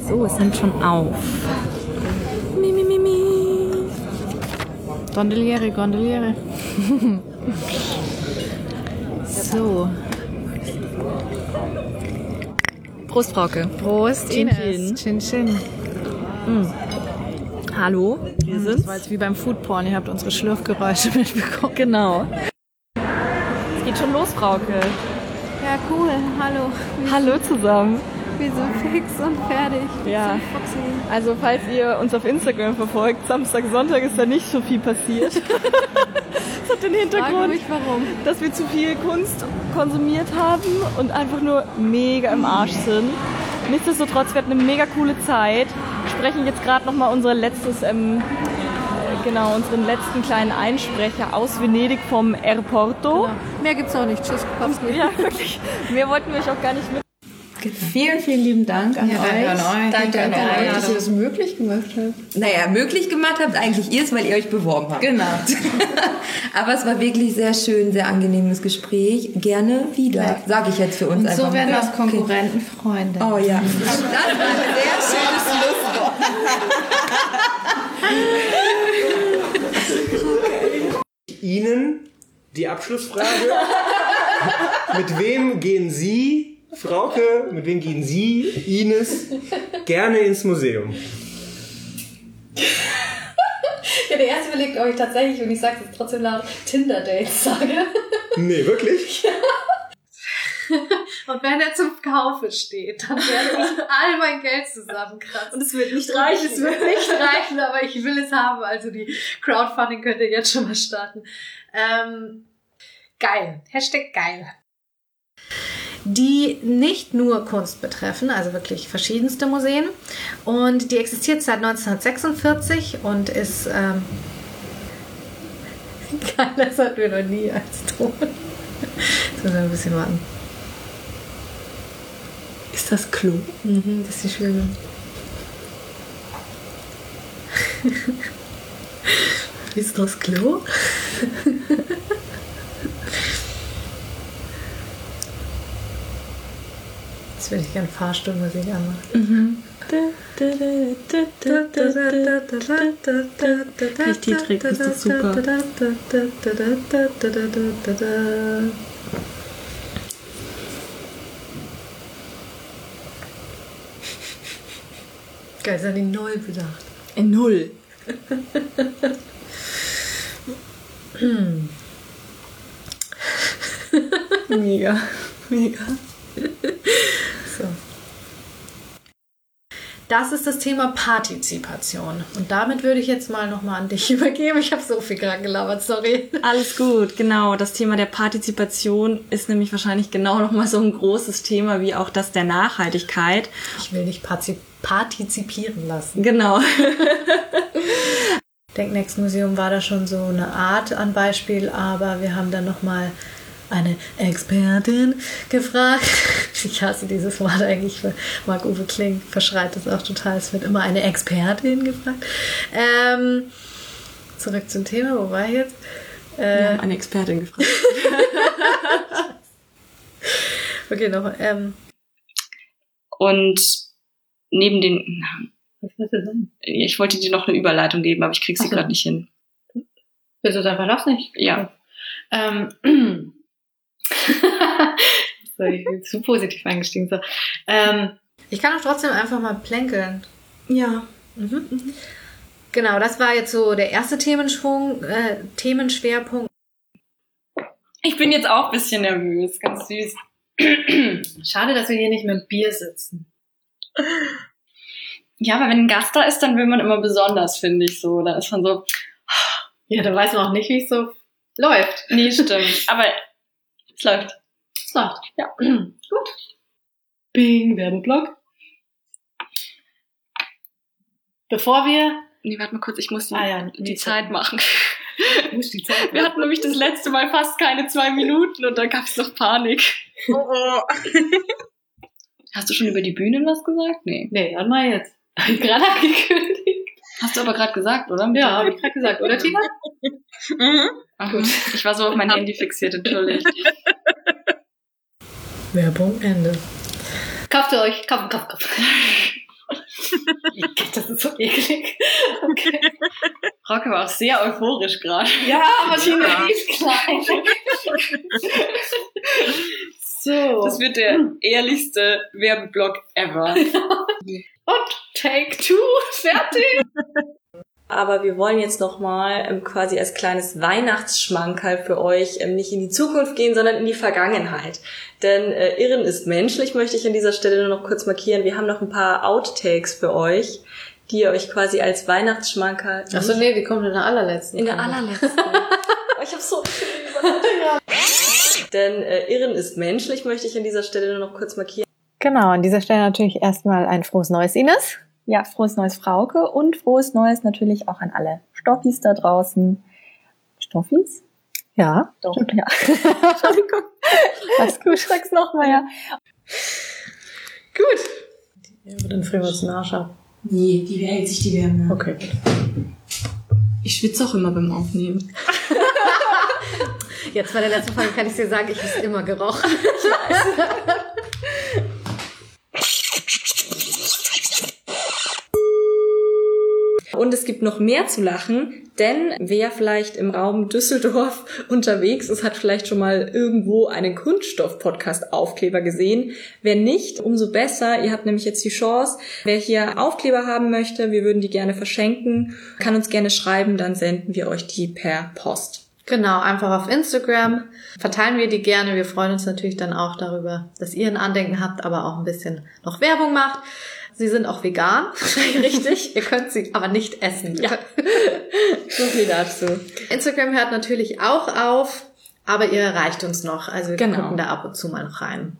S11: So, es nimmt schon auf. Mi, mi, mi, mi.
S2: Gondoliere, Gondoliere. so.
S11: Prost, Frauke.
S2: Prost,
S11: Chin,
S2: Ines. Chin, chin.
S11: Hallo, wir
S2: Das war jetzt wie beim Foodporn, ihr habt unsere Schlürfgeräusche mitbekommen.
S11: Genau. Es geht schon los, Frauke.
S14: Ja, cool. Hallo.
S11: Hallo zusammen.
S14: Wir sind fix und fertig.
S11: Ja. Also falls ihr uns auf Instagram verfolgt, Samstag, Sonntag ist da nicht so viel passiert. das hat den Hintergrund, dass wir zu viel Kunst konsumiert haben und einfach nur mega im Arsch sind. Nichtsdestotrotz, wir hatten eine mega coole Zeit, sprechen jetzt gerade nochmal unser letztes, ähm, äh, genau, unseren letzten kleinen Einsprecher aus Venedig vom Airporto.
S2: Genau. Mehr gibt's auch nicht. Tschüss, passt gut.
S11: Ja, wirklich. Mehr wollten wir euch auch gar nicht mit.
S15: Vielen, vielen lieben Dank an
S11: Ja,
S15: euch.
S11: danke an euch. Danke an euch, dass ihr das
S15: möglich gemacht habt. Naja, möglich gemacht habt eigentlich ihr es, weil ihr euch beworben habt. Genau. Aber es war wirklich sehr schön, sehr angenehmes Gespräch. Gerne wieder, sage ich jetzt für uns
S16: Und
S15: einfach.
S16: so werden
S15: mal.
S16: aus Konkurrenten Freunde.
S15: Oh ja.
S16: Das war ein sehr schönes
S13: Ihnen die Abschlussfrage. mit wem gehen Sie, Frauke, mit wem gehen Sie, Ines, gerne ins Museum?
S2: Ich hatte erst überlegt, ob ich tatsächlich, und ich sage es trotzdem laut, Tinder-Dates sage.
S13: Nee, wirklich?
S2: Und wenn er zum Kaufe steht, dann werde ich all mein Geld zusammenkratzen. Und es wird nicht reichen. Es wird nicht reichen, aber ich will es haben. Also die Crowdfunding könnt ihr jetzt schon mal starten. Ähm, geil. Hashtag geil. Die nicht nur Kunst betreffen, also wirklich verschiedenste Museen. Und die existiert seit 1946 und ist. Ähm, geil, das hatten wir noch nie als Ton. Jetzt müssen wir ein bisschen warten.
S15: Ist das Klo?
S2: Mhm, das ist die Schwere. Ist das Klo? Jetzt will ich gerne Fahrstuhlmusik anmachen.
S11: Mhm.
S2: Richtig
S11: Titel ist das super.
S2: Geil, sind die null bedacht.
S11: In Null.
S2: Mega, mega. So. Das ist das Thema Partizipation. Und damit würde ich jetzt mal nochmal an dich übergeben. Ich habe so viel gerade gelabert, sorry.
S3: Alles gut, genau. Das Thema der Partizipation ist nämlich wahrscheinlich genau nochmal so ein großes Thema wie auch das der Nachhaltigkeit.
S2: Ich will dich partizipieren lassen.
S3: Genau.
S2: Denknext Museum war da schon so eine Art an Beispiel, aber wir haben dann nochmal eine Expertin gefragt. Ich hasse dieses Wort eigentlich, weil Marc-Uwe Kling verschreit das auch total. Es wird immer eine Expertin gefragt. Ähm, zurück zum Thema, wo war ich jetzt? Äh,
S3: Wir haben eine Expertin gefragt.
S2: Okay, noch. Ähm,
S8: Und neben den. Ich wollte dir noch eine Überleitung geben, aber ich krieg sie
S7: Ach so.
S8: gerade nicht hin.
S7: Wieso dann war das nicht?
S8: Ja.
S7: Ähm, so, ich bin zu positiv eingestiegen. So. Ähm,
S2: ich kann auch trotzdem einfach mal plänkeln.
S3: Ja.
S2: Mhm. Genau, das war jetzt so der erste Themenschwung, äh, Themenschwerpunkt.
S8: Ich bin jetzt auch ein bisschen nervös, ganz süß.
S7: Schade, dass wir hier nicht mit dem Bier sitzen.
S8: Ja, aber wenn ein Gast da ist, dann will man immer besonders, finde ich so. Da ist man so.
S7: Ja, da weiß man auch nicht, wie es so läuft.
S8: Nee, stimmt. aber es läuft.
S7: Es läuft. Ja. Gut. Bing, Werbeblock. Bevor wir.
S8: Nee, warte mal kurz, ich muss die,
S7: Ah ja,
S8: die Zeit machen.
S7: muss die Zeit
S8: Wir hatten nämlich das letzte Mal fast keine zwei Minuten und dann gab es noch Panik. oh. Hast du schon über die Bühne was gesagt? Nee.
S7: Nee, dann mal jetzt. Hab ich gerade angekündigt.
S8: Hast du aber gerade gesagt, oder?
S7: Ja, habe ich gerade gesagt, oder Tina?
S8: Gut. Ich war so auf mein Handy fixiert, natürlich.
S2: Werbung Ende.
S7: Kauft ihr euch, kaufen, kaufen, kaufen. Das ist so eklig.
S8: Frauke war auch sehr euphorisch gerade.
S7: Ja, Martina
S8: Ja.
S7: die ist klein. so.
S8: Das wird der ehrlichste Werbeblock ever.
S7: Und Take Two, fertig.
S3: Aber wir wollen jetzt nochmal ähm, quasi als kleines Weihnachtsschmankerl für euch ähm, nicht in die Zukunft gehen, sondern in die Vergangenheit. Denn äh, Irren ist menschlich, möchte ich an dieser Stelle nur noch kurz markieren. Wir haben noch ein paar Outtakes für euch, die ihr euch quasi als Weihnachtsschmankerl...
S2: Achso, nee, die kommt in der allerletzten.
S3: In der allerletzten. Oh, ich hab so Denn äh, Irren ist menschlich, möchte ich an dieser Stelle nur noch kurz markieren.
S17: Genau, an dieser Stelle natürlich erstmal ein frohes Neues, Ines.
S3: Ja, frohes Neues, Frauke. Und frohes Neues natürlich auch an alle Stoffis da draußen. Stoffis?
S17: Ja.
S3: Doch, ja. Entschuldigung.
S17: Alles
S3: gut. Sag's nochmal, ja.
S2: Dann frieren wir uns den Arsch ab.
S9: Nee, die hält sich die Wärme.
S2: Okay.
S18: Ich schwitze auch immer beim Aufnehmen.
S2: Jetzt bei der letzten Folge kann ich dir sagen, ich habe immer gerochen.
S3: Und es gibt noch mehr zu lachen, denn wer vielleicht im Raum Düsseldorf unterwegs ist, hat vielleicht schon mal irgendwo einen Kunststoff-Podcast-Aufkleber gesehen. Wer nicht, umso besser. Ihr habt nämlich jetzt die Chance. Wer hier Aufkleber haben möchte, wir würden die gerne verschenken, kann uns gerne schreiben, dann senden wir euch die per Post.
S2: Genau, einfach auf Instagram. Verteilen wir die gerne. Wir freuen uns natürlich dann auch darüber, dass ihr ein Andenken habt, aber auch ein bisschen noch Werbung macht. Sie sind auch vegan, richtig. ihr könnt sie aber nicht essen. Ja.
S3: So viel dazu.
S2: Instagram hört natürlich auch auf, aber ihr erreicht uns noch. Also wir
S3: Genau.
S2: gucken da ab und zu mal noch rein.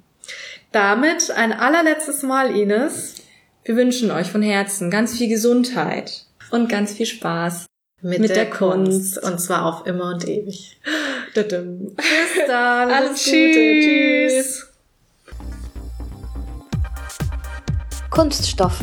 S2: Damit ein allerletztes Mal, Ines.
S3: Wir wünschen euch von Herzen ganz viel Gesundheit und ganz viel Spaß
S2: Mit, der, Kunst. Und zwar auf immer und ewig.
S3: Tadam.
S2: Bis dann.
S3: Alles
S2: Tschüss.
S3: Gute. Tschüss.
S11: Kunststoff.